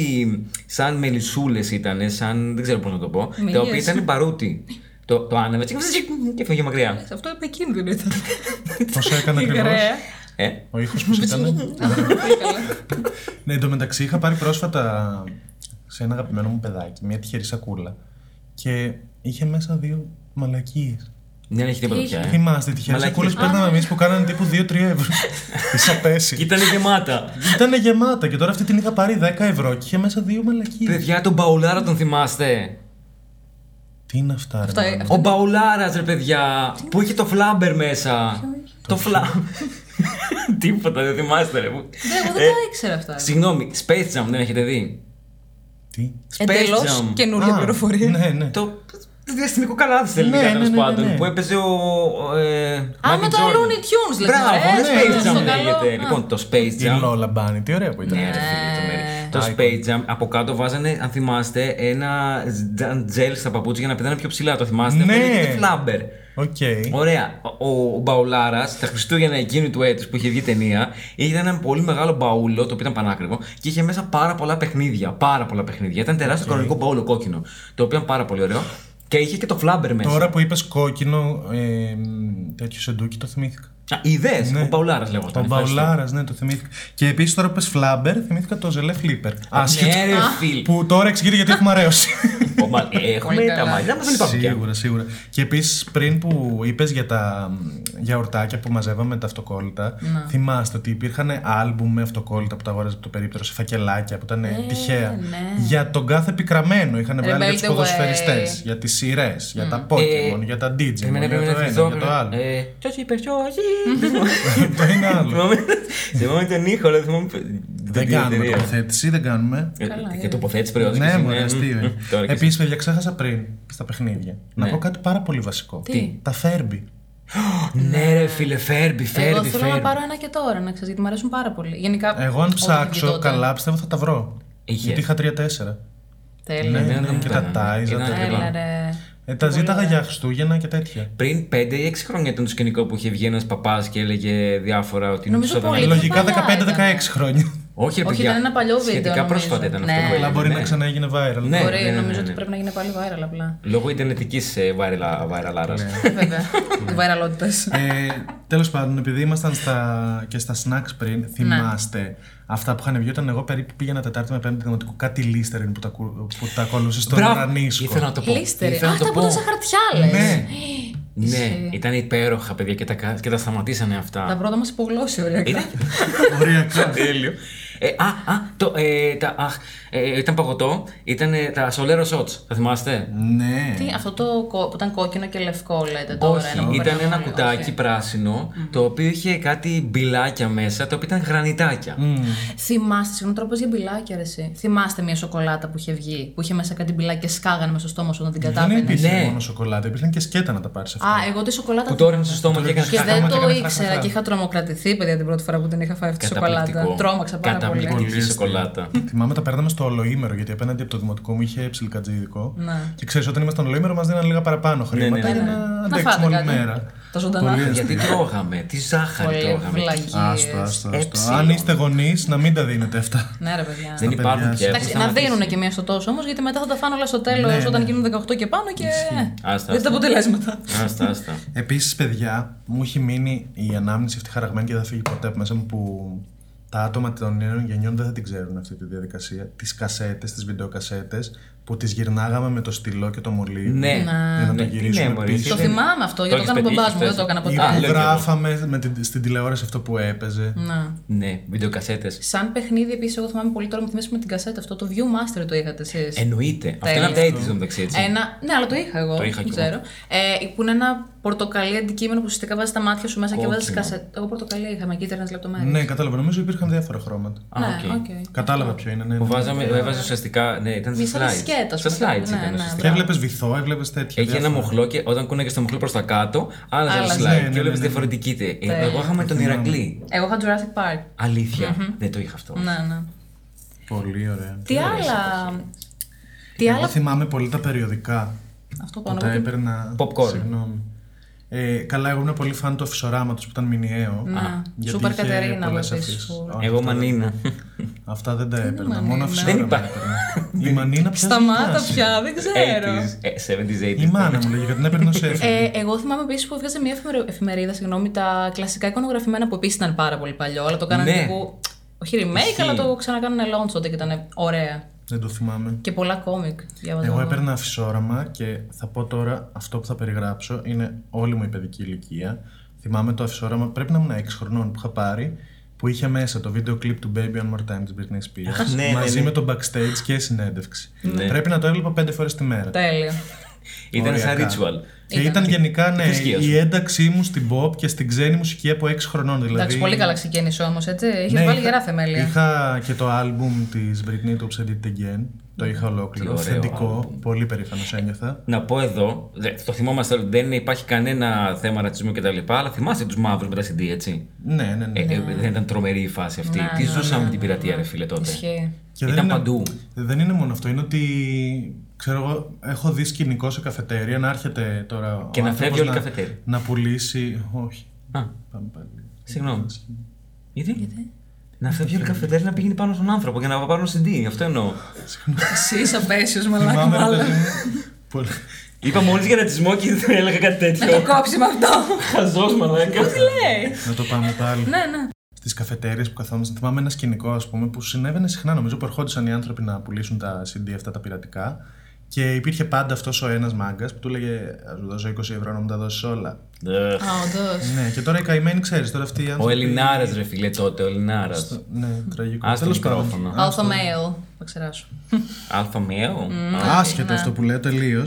Speaker 4: σαν μελισσούλες ήταν, σαν δεν ξέρω πώς να το πω.
Speaker 5: Μύες.
Speaker 4: Τα οποία ήταν μπαρούτι. Το, το άναβε έτσι, και φεύγει μακριά.
Speaker 5: Αυτό επικίνδυνο ήταν.
Speaker 3: Πόσο έκανε ακριβώ.
Speaker 5: Ωραία.
Speaker 4: Ε,
Speaker 3: Ο ήχος
Speaker 5: [LAUGHS]
Speaker 3: που έκανε.
Speaker 5: Πολύ καλά.
Speaker 3: Ναι, εν τω μεταξύ είχα πάρει πρόσφατα σε ένα αγαπημένο μου παιδάκι μια τυχερή σακούλα και είχε μέσα δύο μαλακίες.
Speaker 4: ναι, δεν έχει τίποτα πια. Ε.
Speaker 3: Θυμάστε, τυχερές
Speaker 4: Μαλακίες.
Speaker 3: σακούλες που παίρναμε εμείς που κάνανε τύπου 2-3
Speaker 4: [LAUGHS]
Speaker 3: ευρώ. Είχα
Speaker 4: Και
Speaker 3: πέσει.
Speaker 4: ήταν γεμάτα.
Speaker 3: Ήταν γεμάτα και τώρα αυτή την είχα πάρει 10 ευρώ και είχε μέσα δύο μαλακίες.
Speaker 4: Παιδιά, τον Μπαουλάρα τον θυμάστε.
Speaker 3: Τι είναι αυτά, ρε.
Speaker 5: Αυτά-
Speaker 3: μάνα.
Speaker 4: Ο Μπαουλάρας, ρε παιδιά, που είχε το φλάμπερ μέσα. Το φλάμπερ. [LAUGHS] Τίποτα, δεν θυμάστε, ρε.
Speaker 5: Ναι, εγώ
Speaker 4: Ε,
Speaker 5: δεν τα ήξερα αυτά.
Speaker 4: Συγγνώμη, Space Jam δεν έχετε δει.
Speaker 3: Τι.
Speaker 5: Εντελώς
Speaker 4: Space Jam.
Speaker 5: καινούργια
Speaker 3: Α,
Speaker 5: πληροφορία.
Speaker 3: Ναι, ναι.
Speaker 4: Το διαστημικό καλάθι στα ελληνικά
Speaker 3: Ναι,
Speaker 4: τέλο
Speaker 3: ναι, ναι, ναι,
Speaker 4: πάντων
Speaker 3: ναι.
Speaker 4: που έπαιζε ο. ο, Ε,
Speaker 5: Α,
Speaker 4: Michael
Speaker 5: με το
Speaker 4: Jordan.
Speaker 5: Looney Tunes, λέτε,
Speaker 4: Μπράβο,
Speaker 5: ε,
Speaker 4: ναι,
Speaker 5: Space
Speaker 4: Space
Speaker 5: Jam,
Speaker 4: Jam
Speaker 5: το καλό.
Speaker 4: λέγεται.
Speaker 5: Α. Ε.
Speaker 4: Λοιπόν, το Space
Speaker 3: Η
Speaker 4: Jam.
Speaker 3: Λόλα Μπάνι, τι ωραία που ήταν.
Speaker 4: Ναι, ρε φίλε, το μέρη.
Speaker 3: Icon.
Speaker 4: Το Space Jam από κάτω βάζανε, αν θυμάστε, ένα τζαν- τζέλ στα παπούτσια για να πετάνε πιο ψηλά. Το θυμάστε.
Speaker 3: Ναι.
Speaker 4: Αυτό λέγεται Flubber.
Speaker 3: Οκ.
Speaker 4: Ωραία. Ο, ο Μπαουλάρας, τα Χριστούγεννα εκείνη του έτους που είχε βγει ταινία, είχε έναν πολύ μεγάλο μπαούλο, το οποίο ήταν πανάκριβο, και είχε μέσα πάρα πολλά παιχνίδια. Πάρα πολλά παιχνίδια. Ήταν τεράστιο κανονικό μπαούλο κόκκινο. Το οποίο ήταν πάρα πολύ ωραίο. Και είχε και το Flubber μέσα.
Speaker 3: Τώρα που είπες κόκκινο, ε, μ, τέτοιο σεντούκι, το θυμήθηκα.
Speaker 4: Α, Ιδέες.
Speaker 3: Ναι.
Speaker 4: Ο Μπαουλάρα λέγονταν.
Speaker 3: Ο
Speaker 4: ευχαριστώ.
Speaker 3: Μπαουλάρα, ναι, το θυμήθηκα. Και επίσης τώρα που πες φλάμπερ, θυμήθηκα το ζελέ φλίπερ. Άσχετο.
Speaker 4: Ναι, ρε φίλ.
Speaker 3: Που τώρα εξηγείται γιατί έχουμε αρέωση.
Speaker 4: Ο Μα- ε, Έχουμε
Speaker 5: Πολύ
Speaker 4: τα
Speaker 5: καλά.
Speaker 4: μαλλιά μας, δεν υπάρχουν πια.
Speaker 3: σίγουρα, σίγουρα. Και επίσης πριν που είπες για τα μ, γιαουρτάκια που μαζεύαμε τα αυτοκόλλητα,
Speaker 4: Ναι.
Speaker 3: θυμάστε ότι υπήρχαν άλμπουμ με αυτοκόλλητα που τα αγόραζε από το περίπτερο σε φακελάκια που ήταν ε,
Speaker 4: Ε,
Speaker 3: τυχαία.
Speaker 5: ναι.
Speaker 3: Για τον κάθε πικραμένο είχαν βγάλει για
Speaker 5: Rebelled
Speaker 3: τους
Speaker 5: Away.
Speaker 3: ποδοσφαιριστές, για τις σειρές, για τα Pokémon,
Speaker 4: Ε,
Speaker 3: για τα Digimon,
Speaker 4: Εμένα
Speaker 3: για
Speaker 4: πρέπει να
Speaker 3: το
Speaker 4: θυμηθώ.
Speaker 3: ένα, για το άλλο. [LAUGHS]
Speaker 4: Ποιο Ε, είπε, ποιο.
Speaker 3: Το ένα άλλο.
Speaker 4: Θυμάμαι- Θυμάμαι τον ήχο, αλλά θυμάμαι.
Speaker 3: Δεν κάνουμε τοποθέτηση, δεν κάνουμε.
Speaker 4: Ε, Και τοποθέτηση προϊόντων.
Speaker 3: Ναι, μου αρέσει. Επίση, παιδιά, ξέχασα πριν στα παιχνίδια να πω κάτι πάρα πολύ βασικό.
Speaker 5: Τι?
Speaker 3: Τα φέρμπι.
Speaker 4: Ναι, ρε φίλε, φέρμπι,
Speaker 5: Εγώ
Speaker 4: φέρμπι,
Speaker 5: θέλω να
Speaker 4: φέρμπι.
Speaker 5: πάρω ένα και τώρα, να ξέρεις, γιατί μου αρέσουν πάρα πολύ. Γενικά,
Speaker 3: Εγώ, αν
Speaker 5: ό,τι βγει
Speaker 3: ψάξω
Speaker 5: τότε.
Speaker 3: καλά, πιστεύω θα τα βρω.
Speaker 4: Είχε. Ναι,
Speaker 3: Γιατί είχα τρία-τέσσερα.
Speaker 5: Τέλεια.
Speaker 3: Ναι,
Speaker 4: Εμένα
Speaker 3: ναι,
Speaker 4: δεν μου
Speaker 3: και
Speaker 4: πέρανε.
Speaker 3: τα τάιζα,
Speaker 4: Ήταν
Speaker 3: τα
Speaker 4: ακριβά.
Speaker 5: Έλα
Speaker 3: λοιπά.
Speaker 5: ρε.
Speaker 3: Ε, τα ζήταγα για Χριστούγεννα και τέτοια.
Speaker 4: Πριν 5 ή 6 χρόνια ήταν το σκηνικό που είχε βγει ένας παπάς και έλεγε διάφορα ότι είναι
Speaker 5: Νομίζω
Speaker 4: του Σατανά.
Speaker 5: πολύ. πιο
Speaker 3: Λογικά
Speaker 5: παλιά
Speaker 3: 15-16
Speaker 5: ήταν.
Speaker 3: χρόνια.
Speaker 4: Όχι, ρε
Speaker 5: Όχι,
Speaker 4: παιδιά,
Speaker 5: ήταν ένα παλιό βίντεο,
Speaker 4: Σχετικά
Speaker 5: νομίζω.
Speaker 4: πρόσφατα ήταν
Speaker 5: Ναι.
Speaker 4: αυτό. που
Speaker 3: Αλλά
Speaker 5: Ε,
Speaker 3: μπορεί
Speaker 4: έγινε,
Speaker 3: να
Speaker 4: ναι.
Speaker 3: ξαναέγινε viral.
Speaker 4: Ναι.
Speaker 5: Μπορεί,
Speaker 4: ναι,
Speaker 5: νομίζω
Speaker 4: ναι,
Speaker 5: ότι
Speaker 4: ναι.
Speaker 5: πρέπει να γίνει πάλι viral απλά.
Speaker 4: Λόγω ε, Ιντερνετική βαρελάρα.
Speaker 3: Ναι.
Speaker 4: [LAUGHS]
Speaker 5: Βέβαια.
Speaker 4: Ναι.
Speaker 5: Βαραλότητε.
Speaker 3: Ε, Τέλος πάντων, επειδή ήμασταν στα, και στα snacks
Speaker 5: Ναι.
Speaker 3: πριν, θυμάστε αυτά που είχαν βγει όταν εγώ περίπου πήγαινα Τετάρτη με Πέμπτη Δημοτικού, κάτι λίστεριν που τα, ακού- που τα ακολουθούσε στον Ρανίσκο.
Speaker 4: Ήθελα να το πω.
Speaker 5: Λίστερη.
Speaker 4: Ήθελα
Speaker 5: Α,
Speaker 4: να το
Speaker 5: Αυτά που
Speaker 4: πω.
Speaker 5: ήταν σε χαρτιά, λες.
Speaker 3: Ναι.
Speaker 4: Ναι, ήταν υπέροχα, παιδιά, και τα, κα- και τα σταματήσανε αυτά.
Speaker 5: Τα πρώτα μας υπογλώσσε, ωραία.
Speaker 4: [LAUGHS]
Speaker 3: Οριακά.
Speaker 4: Τέλειο. Ε, α, α, το, ε, τα, αχ, ε, ήταν παγωτό, ήταν ε, τα Solero Shots, θα θυμάστε.
Speaker 3: ναι.
Speaker 5: Τι, αυτό το κο- που ήταν κόκκινο και λευκό, λέτε τώρα.
Speaker 4: Ε. Όχι,
Speaker 5: που
Speaker 4: ήταν ένα
Speaker 5: περνάμε,
Speaker 4: κουτάκι
Speaker 5: όχι.
Speaker 4: πράσινο, το οποίο είχε κάτι μπιλάκια μέσα, τα οποία ήταν γρανιτάκια.
Speaker 5: Θυμάστε, συγγνώμη, τρόπος για μπιλάκια, ρε, εσύ. Θυμάστε μια σοκολάτα που είχε βγει, που είχε μέσα κάτι μπιλάκια και σκάγανε μέσα στο στόμα σου όταν την
Speaker 3: Δεν
Speaker 5: κατάπαινες.
Speaker 3: υπήρχε
Speaker 4: Ναι.
Speaker 3: μόνο σοκολάτα, υπήρχαν και σκέτα να τα πάρεις αυτά.
Speaker 5: Α, εγώ τη σοκολάτα.
Speaker 4: Που τώρα είναι στο στόμα και έκανες
Speaker 5: Και
Speaker 3: Στα
Speaker 5: δεν
Speaker 3: χρώματα
Speaker 5: το
Speaker 3: έκανα
Speaker 5: ήξερα
Speaker 3: φράχα.
Speaker 5: και είχα τρομοκρατηθεί, παιδιά, την πρώτη φορά που την είχα φάει αυτή τη σοκολάτα.
Speaker 4: Καταπληκτικό.
Speaker 5: Τρόμαξα πάρα πολύ.
Speaker 4: Καταπληκτική σοκολάτα.
Speaker 3: Θυμάμαι τα παίρναμε στο ολοήμερο, γιατί απέναντι από το δημοτικό μου είχε ψιλικατζίδικο.
Speaker 5: Ναι.
Speaker 3: Και ξέρεις, όταν ήμασταν στο ολοήμερο, μας δίνανε λίγα παραπάνω χρήματα
Speaker 4: ναι, ναι, ναι.
Speaker 3: για να
Speaker 5: Να
Speaker 3: αντέξουμε
Speaker 5: φάτε
Speaker 3: όλη
Speaker 5: κάτι.
Speaker 3: μέρα.
Speaker 5: Τα ζωντανά.
Speaker 3: Πολύ αστείο.
Speaker 4: Γιατί τρώγαμε, τη ζάχαρη
Speaker 5: Πολύ
Speaker 4: τρώγαμε.
Speaker 3: Άστο,
Speaker 5: βλακίε.
Speaker 3: άστο,
Speaker 4: Έψιλον.
Speaker 3: άστο. Αν είστε γονείς, να μην τα δίνετε αυτά.
Speaker 5: Ναι, ρε, παιδιά.
Speaker 4: Δεν υπάρχουν
Speaker 3: παιδιά
Speaker 4: πια.
Speaker 3: σας.
Speaker 4: έχουν
Speaker 5: Εντάξει, να
Speaker 4: σταματήσει.
Speaker 5: δίνουν και μία στο τόσο όμως, γιατί μετά θα τα φάνε όλα στο τέλος
Speaker 3: Ναι, ναι.
Speaker 5: όταν γίνουν 18 και πάνω και.
Speaker 4: Άστα,
Speaker 5: Δείτε τα
Speaker 4: άστα. Ναι.
Speaker 5: αποτελέσματα.
Speaker 4: Άστα, άστα.
Speaker 3: Επίσης, παιδιά, μου έχει μείνει η ανάμνηση αυτή χαραγμένη και δεν θα φύγει ποτέ από μέσα μου που τα άτομα των νέων γενιών δεν θα την ξέρουν αυτή τη διαδικασία. Τις κασέτες, τις βιντεοκασέτες που τις γυρνάγαμε με το στυλό και το μολύβι.
Speaker 4: Ναι.
Speaker 3: Για να το
Speaker 4: Ναι, τι
Speaker 3: γυρίσουμε
Speaker 4: ναι, μωρή,
Speaker 3: πίσω.
Speaker 5: Το
Speaker 4: εσύ.
Speaker 5: θυμάμαι αυτό, γιατί
Speaker 4: έχεις
Speaker 5: το έκανε ο
Speaker 4: πετύχει
Speaker 5: μπαμπά μου, δεν
Speaker 4: χθες.
Speaker 5: το έκανα
Speaker 3: Ή
Speaker 5: ποτέ.
Speaker 4: Α, λέω
Speaker 3: που
Speaker 4: κι εγώ.
Speaker 3: γράφαμε με την- στην τηλεόραση αυτό που έπαιζε.
Speaker 5: Να.
Speaker 4: Ναι, βιντεοκασέτες.
Speaker 5: Σαν παιχνίδι, επίσης, εγώ θυμάμαι πολύ τώρα μου θυμίσαι με την κασέτα αυτό. Το Viewmaster το είχατε εσείς.
Speaker 4: Εννοείται. Αυτό είναι
Speaker 5: Τέλειο.
Speaker 4: από τα 80s εδώ μεταξύ έτσι.
Speaker 5: Ένα... Ναι, αλλά το είχα εγώ.
Speaker 4: Ε, Το είχα
Speaker 5: δεν
Speaker 4: κι
Speaker 5: ξέρω. Ε, που είναι ένα πορτοκαλί αντικείμενο που ουσιαστικά βάζεις τα μάτια σου μέσα και
Speaker 4: Κόκκινο.
Speaker 5: βάζει κασέτα. Εγώ πορτοκαλί είχα με κίτρινες λεπτομέρειες.
Speaker 3: Ναι, κατάλαβα. Νομίζω υπήρχαν διάφορα χρώματα.
Speaker 4: Α,
Speaker 5: ναι,
Speaker 4: οκ.
Speaker 5: οκ.
Speaker 3: Κατάλαβα ποιο είναι. ναι,
Speaker 4: Που
Speaker 3: ναι.
Speaker 4: βάζαμε, έβαζε ουσιαστικά. Ναι, ήταν σε
Speaker 5: Μη σαν
Speaker 4: slides.
Speaker 5: δισκέτα, ας
Speaker 4: Σε
Speaker 5: πούμε.
Speaker 4: slides
Speaker 5: Ναι,
Speaker 4: ήταν
Speaker 5: ναι,
Speaker 3: Και
Speaker 4: ουσιαστικά.
Speaker 3: έβλεπες βυθό, έβλεπες τέτοια.
Speaker 4: Έχει ένα
Speaker 3: διάφορα.
Speaker 4: μοχλό και όταν κούνεγε το μοχλό προς τα κάτω, άλλαζε το
Speaker 5: Άλλαζε.
Speaker 3: Ναι,
Speaker 4: slide.
Speaker 3: ναι,
Speaker 4: Και
Speaker 3: ναι,
Speaker 4: έβλεπες
Speaker 3: ναι.
Speaker 4: διαφορετική. τε- Ε, Εγώ είχα με τον Ηρακλή.
Speaker 5: Εγώ είχα Jurassic Park.
Speaker 4: Αλήθεια. Δεν το είχα αυτό.
Speaker 5: Ναι, ναι.
Speaker 3: Πολύ ωραία.
Speaker 5: Τι άλλα. Τι
Speaker 3: Εγώ
Speaker 5: άλλα.
Speaker 3: θυμάμαι πολύ τα περιοδικά.
Speaker 5: Αυτό
Speaker 3: Που
Speaker 5: πάνω
Speaker 3: τα
Speaker 5: από την.
Speaker 3: έπαιρνα.
Speaker 4: Popcorn.
Speaker 3: Συγγνώμη. Ε, καλά, εγώ ήμουν πολύ φαν του αφισοράματος που ήταν μηνιαίο. γιατί
Speaker 5: Ναι. Σούπερ
Speaker 3: είχε
Speaker 5: Κατερίνα
Speaker 3: πολλές
Speaker 5: βλέπεις,
Speaker 3: αφήσεις.
Speaker 5: που-
Speaker 3: Όχι,
Speaker 4: Εγώ
Speaker 3: αυτά δεν-
Speaker 4: μανίνα.
Speaker 3: Αυτά δεν τα έπαιρνα. Μόνο
Speaker 4: Δεν
Speaker 3: αφισοράμα.
Speaker 4: υπάρχει.
Speaker 3: Η μανίνα πια.
Speaker 5: Σταμάτα
Speaker 3: ζητιάσει.
Speaker 5: πια, δεν ξέρω.
Speaker 4: 80s, ε, 70s,
Speaker 3: Η
Speaker 4: 80s.
Speaker 3: μάνα μου λέγε γιατί την έπαιρνα σε
Speaker 5: Ε, εγώ θυμάμαι επίσης που έβγαζε μια εφημερο- εφημερίδα, συγγνώμη, τα κλασικά εικονογραφημένα που επίσης ήταν πάρα πολύ παλιό, αλλά το κάνανε
Speaker 4: Ναι.
Speaker 5: λίγο. Όχι remake,
Speaker 4: Ισχύει.
Speaker 5: αλλά το ξανακάνανε launch τότε και ήταν ωραία.
Speaker 3: Δεν το θυμάμαι.
Speaker 5: Και πολλά κόμικ. διάβαζα
Speaker 3: Εγώ έπαιρνα αφισόραμα και θα πω τώρα αυτό που θα περιγράψω είναι όλη μου η παιδική ηλικία. Θυμάμαι το αφισόραμα, πρέπει να ήμουν 6 χρονών που είχα πάρει, που είχε μέσα το βίντεο κλιπ του Baby One More Time της Britney Spears,
Speaker 4: ναι, ναι,
Speaker 3: μαζί
Speaker 4: ναι.
Speaker 3: με το backstage και συνέντευξη.
Speaker 4: Ναι.
Speaker 3: Πρέπει να το έβλεπα 5 φορές τη μέρα.
Speaker 5: Τέλειο.
Speaker 4: Ήταν σαν
Speaker 3: Οριακά.
Speaker 4: ritual.
Speaker 3: Και ήταν, γενικά ναι,
Speaker 4: θρησκεία σου.
Speaker 3: η ένταξή μου στην pop και στην ξένη μουσική από 6 χρονών. Δηλαδή,
Speaker 5: Εντάξει, πολύ καλά ξεκίνησε όμως, έτσι. Είχες
Speaker 3: Ναι,
Speaker 5: βάλει
Speaker 3: είχα-
Speaker 5: γερά θεμέλια.
Speaker 3: Είχα και το άλμπουμ της Britney, το Obsessed It Again. Το είχα ολόκληρο.
Speaker 4: Τι ωραίο
Speaker 3: Αυθεντικό.
Speaker 4: άλμπουμ.
Speaker 3: Πολύ περήφανος ένιωθα.
Speaker 4: Να πω εδώ, δε- το θυμόμαστε όλοι, δεν υπάρχει κανένα θέμα ρατσισμού κτλ. Αλλά θυμάστε τους μαύρους με τα CD, έτσι.
Speaker 3: Ναι, ναι, ναι.
Speaker 4: Ε, ε, δεν ήταν τρομερή η φάση αυτή.
Speaker 5: Ναι,
Speaker 4: Τι
Speaker 5: ναι,
Speaker 4: ζούσαμε
Speaker 5: ναι,
Speaker 4: με την πειρατεία, ρε φίλε τότε.
Speaker 5: Ισχύει.
Speaker 3: Και
Speaker 4: Ήταν
Speaker 3: δεν είναι-
Speaker 4: παντού.
Speaker 3: Δεν είναι μόνο αυτό. Είναι ότι ξέρω εγώ, έχω δει σκηνικό σε καφετέρια να έρχεται τώρα.
Speaker 4: Και
Speaker 3: ο
Speaker 4: να
Speaker 3: άνθρωπος
Speaker 4: φεύγει όλη η
Speaker 3: να-
Speaker 4: καφετέρια.
Speaker 3: Να πουλήσει. Όχι.
Speaker 4: Α,
Speaker 3: Πάμε πάλι.
Speaker 4: συγγνώμη. Γιατί? Να φεύγει όλη η καφετέρια να πηγαίνει πάνω στον άνθρωπο για να πάρουν CD. Αυτό εννοώ.
Speaker 5: Εσύ είσαι απέσιος, μαλάκα.
Speaker 3: Θυμάμαι, ρε
Speaker 5: μάλλον.
Speaker 3: παιδί μου, πολύ-
Speaker 4: Είπα μόλις για ρατσισμό και δεν έλεγα κάτι
Speaker 5: Να το
Speaker 4: τέτοιο.
Speaker 5: κόψει με αυτό.
Speaker 4: Χαζός μαλάκα.
Speaker 5: Λέει.
Speaker 3: Να το πάμε πάλι.
Speaker 5: Ναι, ναι.
Speaker 3: Στις καφετέρειες που καθόμασταν, θυμάμαι ένα σκηνικό ας πούμε, που συνέβαινε συχνά. Νομίζω που ερχόντουσαν οι άνθρωποι να πουλήσουν τα CD αυτά τα πειρατικά. Και υπήρχε πάντα αυτός ο ένας μάγκας που του έλεγε Ας σου δώσω 20 ευρώ να μου τα δώσεις
Speaker 4: [LAUGHS]
Speaker 3: όλα.
Speaker 4: Εχ.
Speaker 5: Α, όντως.
Speaker 3: Ναι, και τώρα οι καημένοι ξέρεις. Τώρα αυτοί οι
Speaker 4: Ο
Speaker 3: άνθρωποι.
Speaker 4: Ελληνάρας, ρε φίλε τότε, ο Ελληνάρας.
Speaker 3: Ναι, τραγικό.
Speaker 4: Α το
Speaker 3: Τέλος πάντων.
Speaker 4: μικρόφωνο.
Speaker 5: Alpha male. Θα ξεράσω.
Speaker 4: Αλφα μιέο.
Speaker 5: Ναι,
Speaker 3: Άσχετος αυτό που λέω τελείως.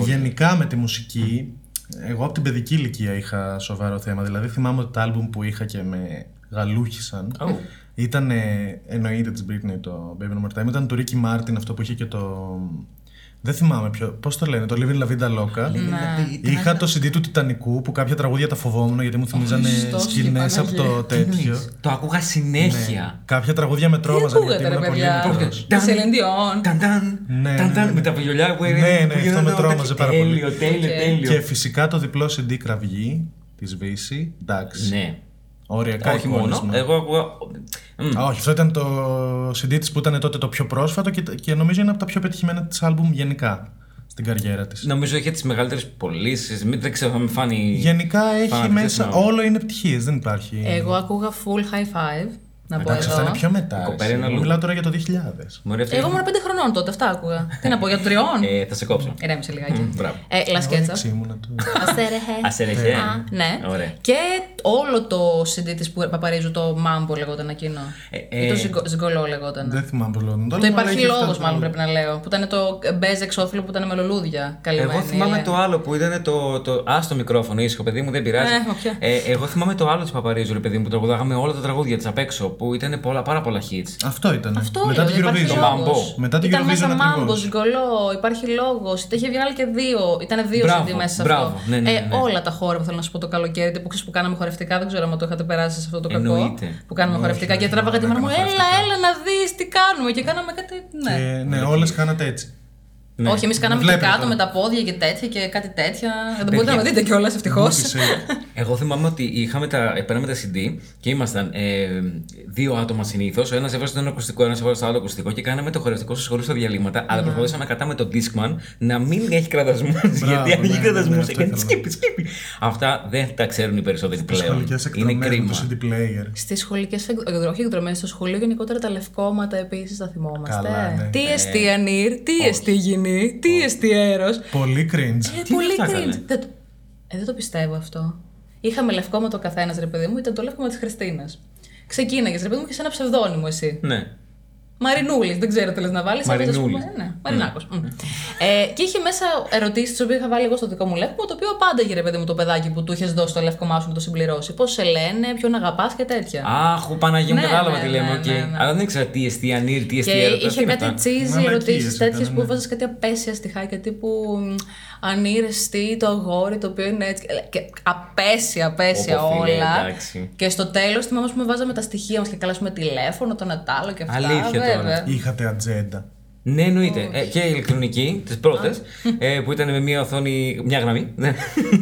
Speaker 3: Γενικά με τη μουσική, εγώ από την παιδική ηλικία είχα σοβαρό θέμα. Δηλαδή θυμάμαι ότι τα άλμπουμ που είχα και με γαλούχησαν.
Speaker 4: Oh.
Speaker 3: Ήταν εννοείται της Britney το Baby No More Time. Ήταν του Ricky Martin αυτό που είχε και το. Δεν θυμάμαι ποιο. Πώς το λένε, το Living La Vida Loca.
Speaker 5: Ναι.
Speaker 3: Είχα το CD του Τιτανικού που κάποια τραγούδια τα φοβόμουν γιατί μου θυμίζανε
Speaker 5: Χριστός και
Speaker 3: σκηνέ από το
Speaker 5: Παναγία. [LAUGHS]
Speaker 3: τέτοιο.
Speaker 4: Το ακούγα συνέχεια.
Speaker 3: Κάποια τραγούδια με
Speaker 5: Τι
Speaker 3: τρόμαζαν γιατί
Speaker 5: ακούγατε, ρε
Speaker 3: ήμουν πολύ
Speaker 5: παιδιά.
Speaker 3: μικρός.
Speaker 4: μικρός.
Speaker 5: Τα Σελενδιών.
Speaker 4: Ταν ταν,
Speaker 3: Ναι,
Speaker 4: ταν
Speaker 3: ναι,
Speaker 4: ταν,
Speaker 3: ναι.
Speaker 4: με τα βιολιά που
Speaker 3: Ναι, ναι,
Speaker 4: που
Speaker 3: αυτό
Speaker 4: γινόταν
Speaker 3: με
Speaker 4: όλα
Speaker 3: τρόμαζε
Speaker 4: τέτοια.
Speaker 3: πάρα πολύ.
Speaker 4: Τέλειο, τέλειο,
Speaker 5: Οκ.
Speaker 4: τέλειο.
Speaker 3: Και φυσικά το διπλό CD κραυγή της Βύση. Εντάξει.
Speaker 4: Ναι.
Speaker 3: Ωριακά
Speaker 4: Όχι μόνο.
Speaker 3: εικόνισμα.
Speaker 4: Εγώ ακούγα. Μμ.
Speaker 3: ναι. Α, όχι, αυτό ήταν το CD της που ήταν τότε το πιο πρόσφατο και, και νομίζω είναι από τα πιο πετυχημένα της άλμπουμ γενικά στην καριέρα της.
Speaker 4: Νομίζω είχε τις μεγαλύτερες πωλήσεις. Μην δεν ξέρω, θα με φάνει.
Speaker 3: Γενικά έχει
Speaker 4: Πάμε,
Speaker 3: μέσα.
Speaker 4: δεν θυμάμαι.
Speaker 3: Όλο είναι επιτυχίε, δεν υπάρχει.
Speaker 5: Ε, Εγώ ακούγα full high five. Να πω
Speaker 3: Εντάξει, αυτά είναι
Speaker 5: εδώ.
Speaker 3: πιο μετά.
Speaker 4: Η
Speaker 3: εσύ.
Speaker 4: κοπέλα είναι
Speaker 3: Εγώ
Speaker 4: αλλού.
Speaker 3: Μιλάω τώρα για το 2000.
Speaker 4: Μωρέ, αυτή-
Speaker 5: Εγώ ήμουν 5 χρονών τότε, αυτά ακούγα. Τι να πω, για τριών.
Speaker 4: Ε, θα σε κόψω.
Speaker 5: Ηρέμησε λιγάκι.
Speaker 4: Μμ, Μπράβο.
Speaker 5: Ε, λασκέτσα.
Speaker 3: Εγώ ήμουνα
Speaker 5: [LAUGHS]
Speaker 3: του.
Speaker 4: Αστερεχέ.
Speaker 5: Ε. Ναι.
Speaker 4: Ωραία.
Speaker 5: Και όλο το CD της που παπαρίζω, το Mambo λεγόταν εκείνο.
Speaker 4: Ε, ε,
Speaker 5: Ή το Ζυγκο- Ζυγκολό λεγόταν.
Speaker 3: Δεν θυμάμαι πώς λέγονταν.
Speaker 5: Το υπάρχει λόγο, μάλλον πρέπει να λέω. Που ήταν το μπέζ εξώφυλλο που ήταν με λουλούδια. ε. Καλημέρα.
Speaker 4: Εγώ θυμάμαι το άλλο που ήταν το. το... Α το μικρόφωνο, ήσυχο παιδί μου, δεν πειράζει.
Speaker 5: Ε, οκ.
Speaker 4: Ε, εγώ θυμάμαι το άλλο της Παπαρίζου, ρε παιδί μου, που τραγουδάγαμε όλα τα τραγούδια της απ' έξω, που ήταν πολλά, πάρα πολλά hits.
Speaker 3: Αυτό ήταν.
Speaker 5: Αυτό
Speaker 3: Μετά
Speaker 5: λέω,
Speaker 3: την
Speaker 5: υπάρχει
Speaker 4: Το
Speaker 3: Eurovision.
Speaker 4: λόγος.
Speaker 5: λόγος.
Speaker 4: Mambo.
Speaker 3: Μετά την
Speaker 5: Ήταν
Speaker 3: Eurovision
Speaker 5: μέσα
Speaker 3: ακριβώς.
Speaker 5: μάμπο, γκολό, υπάρχει λόγος. Τα είχε βγάλει και δύο. Ήταν δύο
Speaker 4: Μπράβο,
Speaker 5: CD μέσα σε
Speaker 4: μπράβο.
Speaker 5: αυτό.
Speaker 4: Ναι, ναι, ναι.
Speaker 5: Ε, όλα τα χώρα που θέλω να σου πω το καλοκαίρι, που ξέρεις που κάναμε χορευτικά, δεν ξέρω αν το είχατε περάσει σε αυτό το κακό.
Speaker 4: Εννοείται.
Speaker 5: Που κάναμε χορευτικά και τράβαγα τη μάνα μου,
Speaker 3: δεν
Speaker 5: έλα,
Speaker 3: έκανα
Speaker 5: έλα να δεις τι κάνουμε. Και κάναμε κάτι. Ναι.
Speaker 3: Ε, ναι, όλες κάνατε έτσι.
Speaker 4: Ναι.
Speaker 5: Όχι, εμείς κάναμε και
Speaker 3: Βλέπετε
Speaker 5: κάτω
Speaker 3: τώρα.
Speaker 5: με τα πόδια και τέτοια και κάτι τέτοια. Δεν μπορείτε να με δείτε κιόλας, ευτυχώ.
Speaker 3: Μούτησε.
Speaker 4: Εγώ θυμάμαι ότι είχαμε τα, ε, παίρναμε τα CD και ήμασταν ε, δύο άτομα συνήθως. Ο ένας έβγαζε τον ακουστικό, ένα έβγαζε το άλλο ακουστικό και κάναμε το χορευτικό στου χωρί τα διαλύματα.
Speaker 3: Ναι.
Speaker 4: Αλλά προσπαθούσαμε να κρατάμε τον Discman να μην έχει κραδασμούς. γιατί αν
Speaker 3: ναι,
Speaker 4: έχει
Speaker 3: ναι,
Speaker 4: κραδασμούς,
Speaker 3: ναι, αυτό
Speaker 4: έκανε
Speaker 3: ήθελα.
Speaker 4: σκύπη, σκύπη. Αυτά δεν τα ξέρουν οι περισσότεροι πλέον.
Speaker 3: Σχολικές
Speaker 4: Είναι
Speaker 3: εκδρομές με
Speaker 4: κρίμα.
Speaker 3: το CD player.
Speaker 5: Στις σχολικές ε, όχι εκδρομές, στο σχολείο γενικότερα τα λευκόματα επίσης τα θυμόμαστε.
Speaker 3: Καλά, ναι.
Speaker 5: Τι εστί ανήρ, τι εστί γυνή, τι εστί έρο.
Speaker 3: Πολύ cringe.
Speaker 5: Ε,
Speaker 4: Τι
Speaker 5: πολύ
Speaker 4: αυτά
Speaker 5: cringe.
Speaker 4: έκανε?
Speaker 5: Δεν, το- ε, δεν το πιστεύω αυτό. Είχαμε λευκόματα ο καθένας, ρε παιδί μου, ήταν το λευκόμα τη Χριστίνα. Ξεκίναγες, ρε παιδί μου, και σε ένα ψευδόνυμο εσύ.
Speaker 4: Ναι.
Speaker 5: Μαρινούλης, δεν ξέρω τι λες να βάλεις.
Speaker 4: Μαρινούλης.
Speaker 5: Ναι, Μαρινάκο. Ε, και είχε μέσα ερωτήσεις, τις οποίες είχα βάλει εγώ στο δικό μου λευκό, το οποίο απάνταγε, ρε παιδί μου, το παιδάκι που του είχες δώσει το λευκό μάσου να το συμπληρώσει. Πώς σε λένε, ποιον αγαπάς και τέτοια.
Speaker 4: Αχ, ο Παναγία μου
Speaker 5: Ναι,
Speaker 4: κατάλαβα
Speaker 5: ναι,
Speaker 4: τι λέμε,
Speaker 5: ναι,
Speaker 4: οκ.
Speaker 5: ναι, ναι.
Speaker 4: Αλλά δεν ήξερα τι εστί ανήρ, τι
Speaker 5: Και
Speaker 4: εστί έρωτα.
Speaker 5: είχε κάτι τσίζι
Speaker 3: Μαλακίες
Speaker 5: ερωτήσεις
Speaker 3: ήταν,
Speaker 5: τέτοιε που
Speaker 3: ναι.
Speaker 5: έβαζες κάτι απέσια στοιχάκια τύπου μ, αν ήρεστη το αγόρι το οποίο είναι έτσι. Και απέσια, απέσια
Speaker 4: Όπο, φίλε,
Speaker 5: όλα.
Speaker 4: εντάξει.
Speaker 5: Και στο τέλος θυμάμαι ας πούμε, βάζαμε τα στοιχεία μας και καλάσουμε τηλέφωνο, τον Ατάλο και αυτά.
Speaker 4: Αλήθεια τώρα.
Speaker 5: βέβαια.
Speaker 3: Είχατε ατζέντα.
Speaker 4: Ναι, εννοείται. Ε, και η ηλεκτρονική, τι πρώτε, ε, που ήταν με μια οθόνη, μια γραμμή.
Speaker 3: [LAUGHS]
Speaker 4: ναι,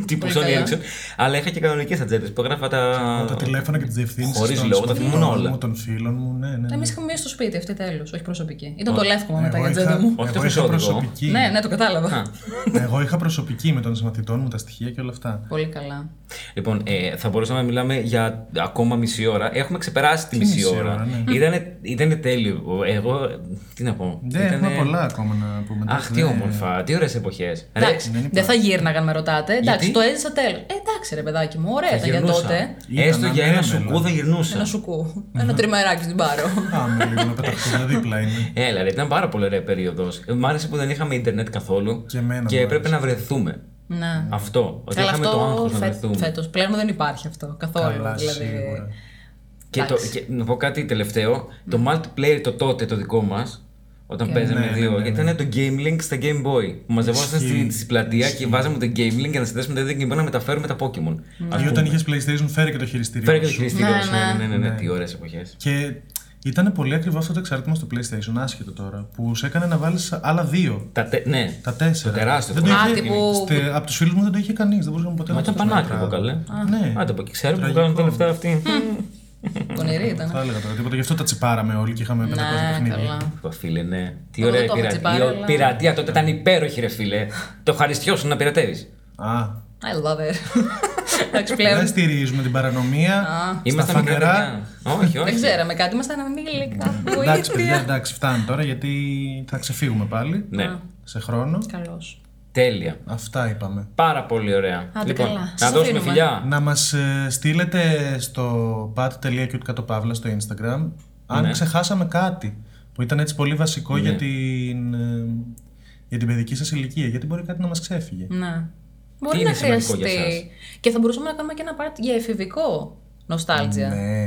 Speaker 4: τύπου
Speaker 5: Πολύ
Speaker 4: Sony
Speaker 5: καλά.
Speaker 4: Ericsson. Αλλά είχα και κανονικές ατζέντες που έγραφα τα.
Speaker 3: Τα τηλέφωνα και τις διευθύνσεις.
Speaker 4: Χωρίς λόγο, τα θυμόμουν όλα.
Speaker 3: Των φίλων μου, ναι, ναι. ναι.
Speaker 5: Εμεί είχαμε μία στο σπίτι, αυτή τέλος, όχι προσωπική. Ήταν το λεύκομα μετά η
Speaker 3: Εγώ είχα-
Speaker 5: ατζέντα μου.
Speaker 4: Όχι το
Speaker 3: εγώ είχα
Speaker 4: χρυσό
Speaker 3: προσωπική.
Speaker 5: Ναι, ναι, το κατάλαβα.
Speaker 3: Εγώ είχα προσωπική με των συμμαθητών μου, τα στοιχεία και όλα αυτά.
Speaker 5: Πολύ καλά.
Speaker 4: Λοιπόν, ε, θα μπορούσαμε να μιλάμε για ακόμα μισή ώρα. Έχουμε ξεπεράσει τη
Speaker 3: Τι
Speaker 4: μισή
Speaker 3: μισή
Speaker 4: ώρα.
Speaker 3: ώρα, ναι.
Speaker 4: Ήτανε, ήτανε τέλειο. Εγώ. ε, Τι να πω.
Speaker 3: Ναι, έχουμε πολλά ακόμα να πούμε.
Speaker 4: Αχ,
Speaker 3: εντάξει,
Speaker 4: τι
Speaker 3: ναι.
Speaker 4: όμορφα. Τι ωραίες εποχές.
Speaker 3: δεν
Speaker 5: Εντάξει,
Speaker 3: υπάρχει.
Speaker 5: δεν θα γύρναγαν με ρωτάτε.
Speaker 4: Γιατί?
Speaker 5: Εντάξει, το έζησα τέλος. Εντάξει, ρε παιδάκι μου, ωραία
Speaker 3: ναι,
Speaker 5: ήταν για τότε.
Speaker 3: Ήταν
Speaker 4: Έστω για ένα
Speaker 3: ανέμελο.
Speaker 4: σουκού θα γυρνούσα.
Speaker 5: Ένα σουκού. Ένα τριμεράκι στην πάρο.
Speaker 3: Πάμε λίγο να πεταχτούμε
Speaker 4: [LAUGHS]
Speaker 3: δίπλα είναι.
Speaker 4: Έλα, Ε, ρε, ήταν πάρα πολύ ωραία περίοδος. Μ' άρεσε που δεν είχαμε Ιντερνετ καθόλου
Speaker 3: Και εμένα μου
Speaker 4: και έπρεπε
Speaker 3: άρεσε.
Speaker 4: να βρεθούμε.
Speaker 5: Ναι.
Speaker 4: Αυτό. Ότι
Speaker 5: Καλά,
Speaker 4: είχαμε το άγχος να
Speaker 5: φε-
Speaker 4: βρεθούμε.
Speaker 5: φέτος. Πλέον δεν υπάρχει αυτό καθόλου.
Speaker 3: Καλά,
Speaker 5: δηλαδή.
Speaker 3: σίγουρα.
Speaker 4: Και, το,
Speaker 5: Εντάξει. Ναι.
Speaker 4: και να πω κάτι τελευταίο. Το multiplayer το τότε το δικό μας, όταν παίζαμε
Speaker 3: ναι,
Speaker 4: δύο,
Speaker 3: ναι, ναι,
Speaker 4: ήταν το Game Link στα Game Boy. Που μαζευόμασταν
Speaker 3: Ισχύει.
Speaker 4: στην, στην πλατεία και βάζαμε το Game Link για να συνδέσουμε τα δύο Game Boy να μεταφέρουμε τα Pokémon. Ας
Speaker 5: δηλαδή.
Speaker 3: Ή όταν
Speaker 4: πούμε.
Speaker 3: είχες PlayStation, φέρε και το χειριστήριο.
Speaker 4: Φέρε και το
Speaker 3: σου.
Speaker 4: χειριστήριο
Speaker 5: Ναι,
Speaker 4: σου.
Speaker 5: ναι.
Speaker 4: Ναι, ναι, ναι, ναι, τι ωραίες εποχές.
Speaker 3: Και ήταν πολύ ακριβό αυτό το εξάρτημα στο PlayStation, άσχετο τώρα, που σε έκανε να βάλεις άλλα δύο.
Speaker 4: Τα τε, ναι.
Speaker 3: Τα τέσσερα.
Speaker 4: Το τεράστιο
Speaker 3: Δεν το
Speaker 4: το
Speaker 3: είχε-
Speaker 5: Άντι που-
Speaker 3: στε- Από τους φίλους μου δεν το είχε κανείς. Δεν μπορούσαμε ποτέ
Speaker 4: Μα
Speaker 3: να
Speaker 4: ήταν
Speaker 3: φτιάξουμε
Speaker 4: πανάκριβο
Speaker 3: πράγμα.
Speaker 4: καλέ.
Speaker 3: Ναι.
Speaker 4: Άντε από εκεί ξέρουμε που
Speaker 3: Τραγικό.
Speaker 4: κάνουν τα λεφτά αυτοί.
Speaker 5: Πονηρή
Speaker 3: Θα
Speaker 5: ήταν.
Speaker 3: έλεγα τώρα τίποτα. Γι' αυτό τα τσιπάραμε όλοι και είχαμε 500
Speaker 5: Ναι,
Speaker 3: παιχνίδια.
Speaker 5: καλά.
Speaker 4: Πω, Φίλε, ναι. Τι
Speaker 5: Εγώ
Speaker 4: ωραία η
Speaker 5: δεν το έχω
Speaker 4: πειρατεία.
Speaker 5: τσιπάρει,
Speaker 4: Η
Speaker 5: αλλά-
Speaker 4: πειρατεία τότε ήταν υπέροχη, ρε φίλε. Το ευχαριστιώσουν να πειρατεύεις.
Speaker 3: Α,
Speaker 5: I love it. [LAUGHS] Εντάξει,
Speaker 3: δεν
Speaker 5: πλέον
Speaker 3: στηρίζουμε την παρανομία. Στα
Speaker 4: Είμαστε
Speaker 3: φανερά.
Speaker 4: μικρά. παιδιά. Όχι, όχι.
Speaker 5: δεν ξέραμε κάτι, ήμασταν ανήλικα.
Speaker 3: Εντάξει, παιδιά, εντάξει, φτάνει τώρα γιατί θα ξεφύγουμε πάλι
Speaker 4: Ναι.
Speaker 3: σε χρόνο.
Speaker 5: Καλώς.
Speaker 4: Τέλεια.
Speaker 3: Αυτά είπαμε.
Speaker 4: Πάρα πολύ ωραία. Λοιπόν,
Speaker 5: Άντε καλά.
Speaker 4: να
Speaker 5: Σας
Speaker 4: δώσουμε
Speaker 5: αφήνουμε.
Speaker 4: φιλιά.
Speaker 3: Να μας ε, στείλετε στο pat.cute κάτω παύλα στο Instagram αν ξεχάσαμε κάτι που ήταν έτσι πολύ βασικό για, την, ε, για την παιδική σας ηλικία γιατί μπορεί κάτι να μας ξέφυγε.
Speaker 5: Ναι. Μπορεί
Speaker 4: είναι
Speaker 5: να
Speaker 4: σημαντικό για
Speaker 5: χρειαστεί. Και θα μπορούσαμε να κάνουμε και ένα part για εφηβικό νοστάλτζια.
Speaker 3: Ναι.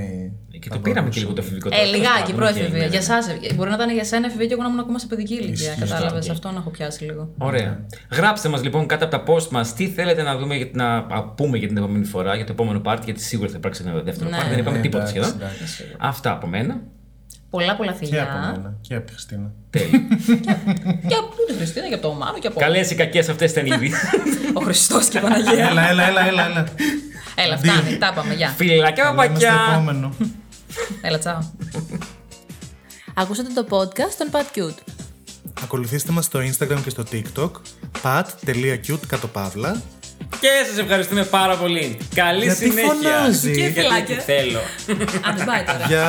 Speaker 4: Και το πήραμε και λίγο το εφηβικό.
Speaker 5: Ε,
Speaker 4: τώρα,
Speaker 5: λιγάκι,
Speaker 4: τέλος
Speaker 5: πρόεφηβε.
Speaker 4: πάντων, ναι, ναι.
Speaker 5: Για εσάς. Μπορεί να ήταν για σένα εφηβεία και εγώ να ήμουν ακόμα σε παιδική ηλικία.
Speaker 3: Ισχύει,
Speaker 5: Κατάλαβε.
Speaker 4: ισχύει.
Speaker 5: Αυτό να έχω πιάσει λίγο.
Speaker 4: Ωραία. Γράψτε μας λοιπόν κάτω από τα post μας τι θέλετε να δούμε, για- να α, πούμε για την επόμενη φορά, για το επόμενο πάρτι, γιατί σίγουρα θα υπάρξει ένα δεύτερο
Speaker 5: Ναι.
Speaker 4: πάρτι. Δεν είπαμε
Speaker 3: Ναι,
Speaker 4: τίποτα
Speaker 3: εντάξει,
Speaker 4: σχεδόν.
Speaker 3: εντάξει, σίγουρα.
Speaker 4: Αυτά από μένα.
Speaker 5: Πολλά πολλά
Speaker 3: Και από
Speaker 5: φιλιά.
Speaker 3: μένα και από τη Χριστίνα.
Speaker 4: Τέλει.
Speaker 3: [LAUGHS]
Speaker 5: Και από την Χριστίνα, και από το Μάνο και από.
Speaker 4: Καλές ή κακές αυτές ήταν
Speaker 3: [LAUGHS]
Speaker 4: ήδη.
Speaker 5: [LAUGHS]
Speaker 4: [LAUGHS]
Speaker 5: Ο Χριστός και η Παναγία.
Speaker 3: Έλα, έλα, έλα, έλα. έλα.
Speaker 5: Έλα,
Speaker 3: Αντίο.
Speaker 5: φτάνει. Τα πάμε. Γεια.
Speaker 4: Φίλα και
Speaker 3: Τα λέμε στο
Speaker 4: παπακιά.
Speaker 3: επόμενο.
Speaker 5: Έλα, τσάω. Ακούσατε το podcast των Pat Cute.
Speaker 3: Ακολουθήστε μας στο Instagram και στο TikTok pat.cute κατ' παύλα.
Speaker 4: Και σας ευχαριστούμε πάρα πολύ. Καλή
Speaker 3: Γιατί
Speaker 4: συνέχεια.
Speaker 3: φωνάζεις. Και
Speaker 4: Γιατί
Speaker 5: φυλάκια.
Speaker 4: τι θέλω.
Speaker 5: Αν δεν πάει τώρα.
Speaker 3: Γεια.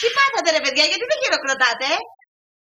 Speaker 2: Τι πάθατε ρε παιδιά, γιατί δεν χειροκροτάτε, ε?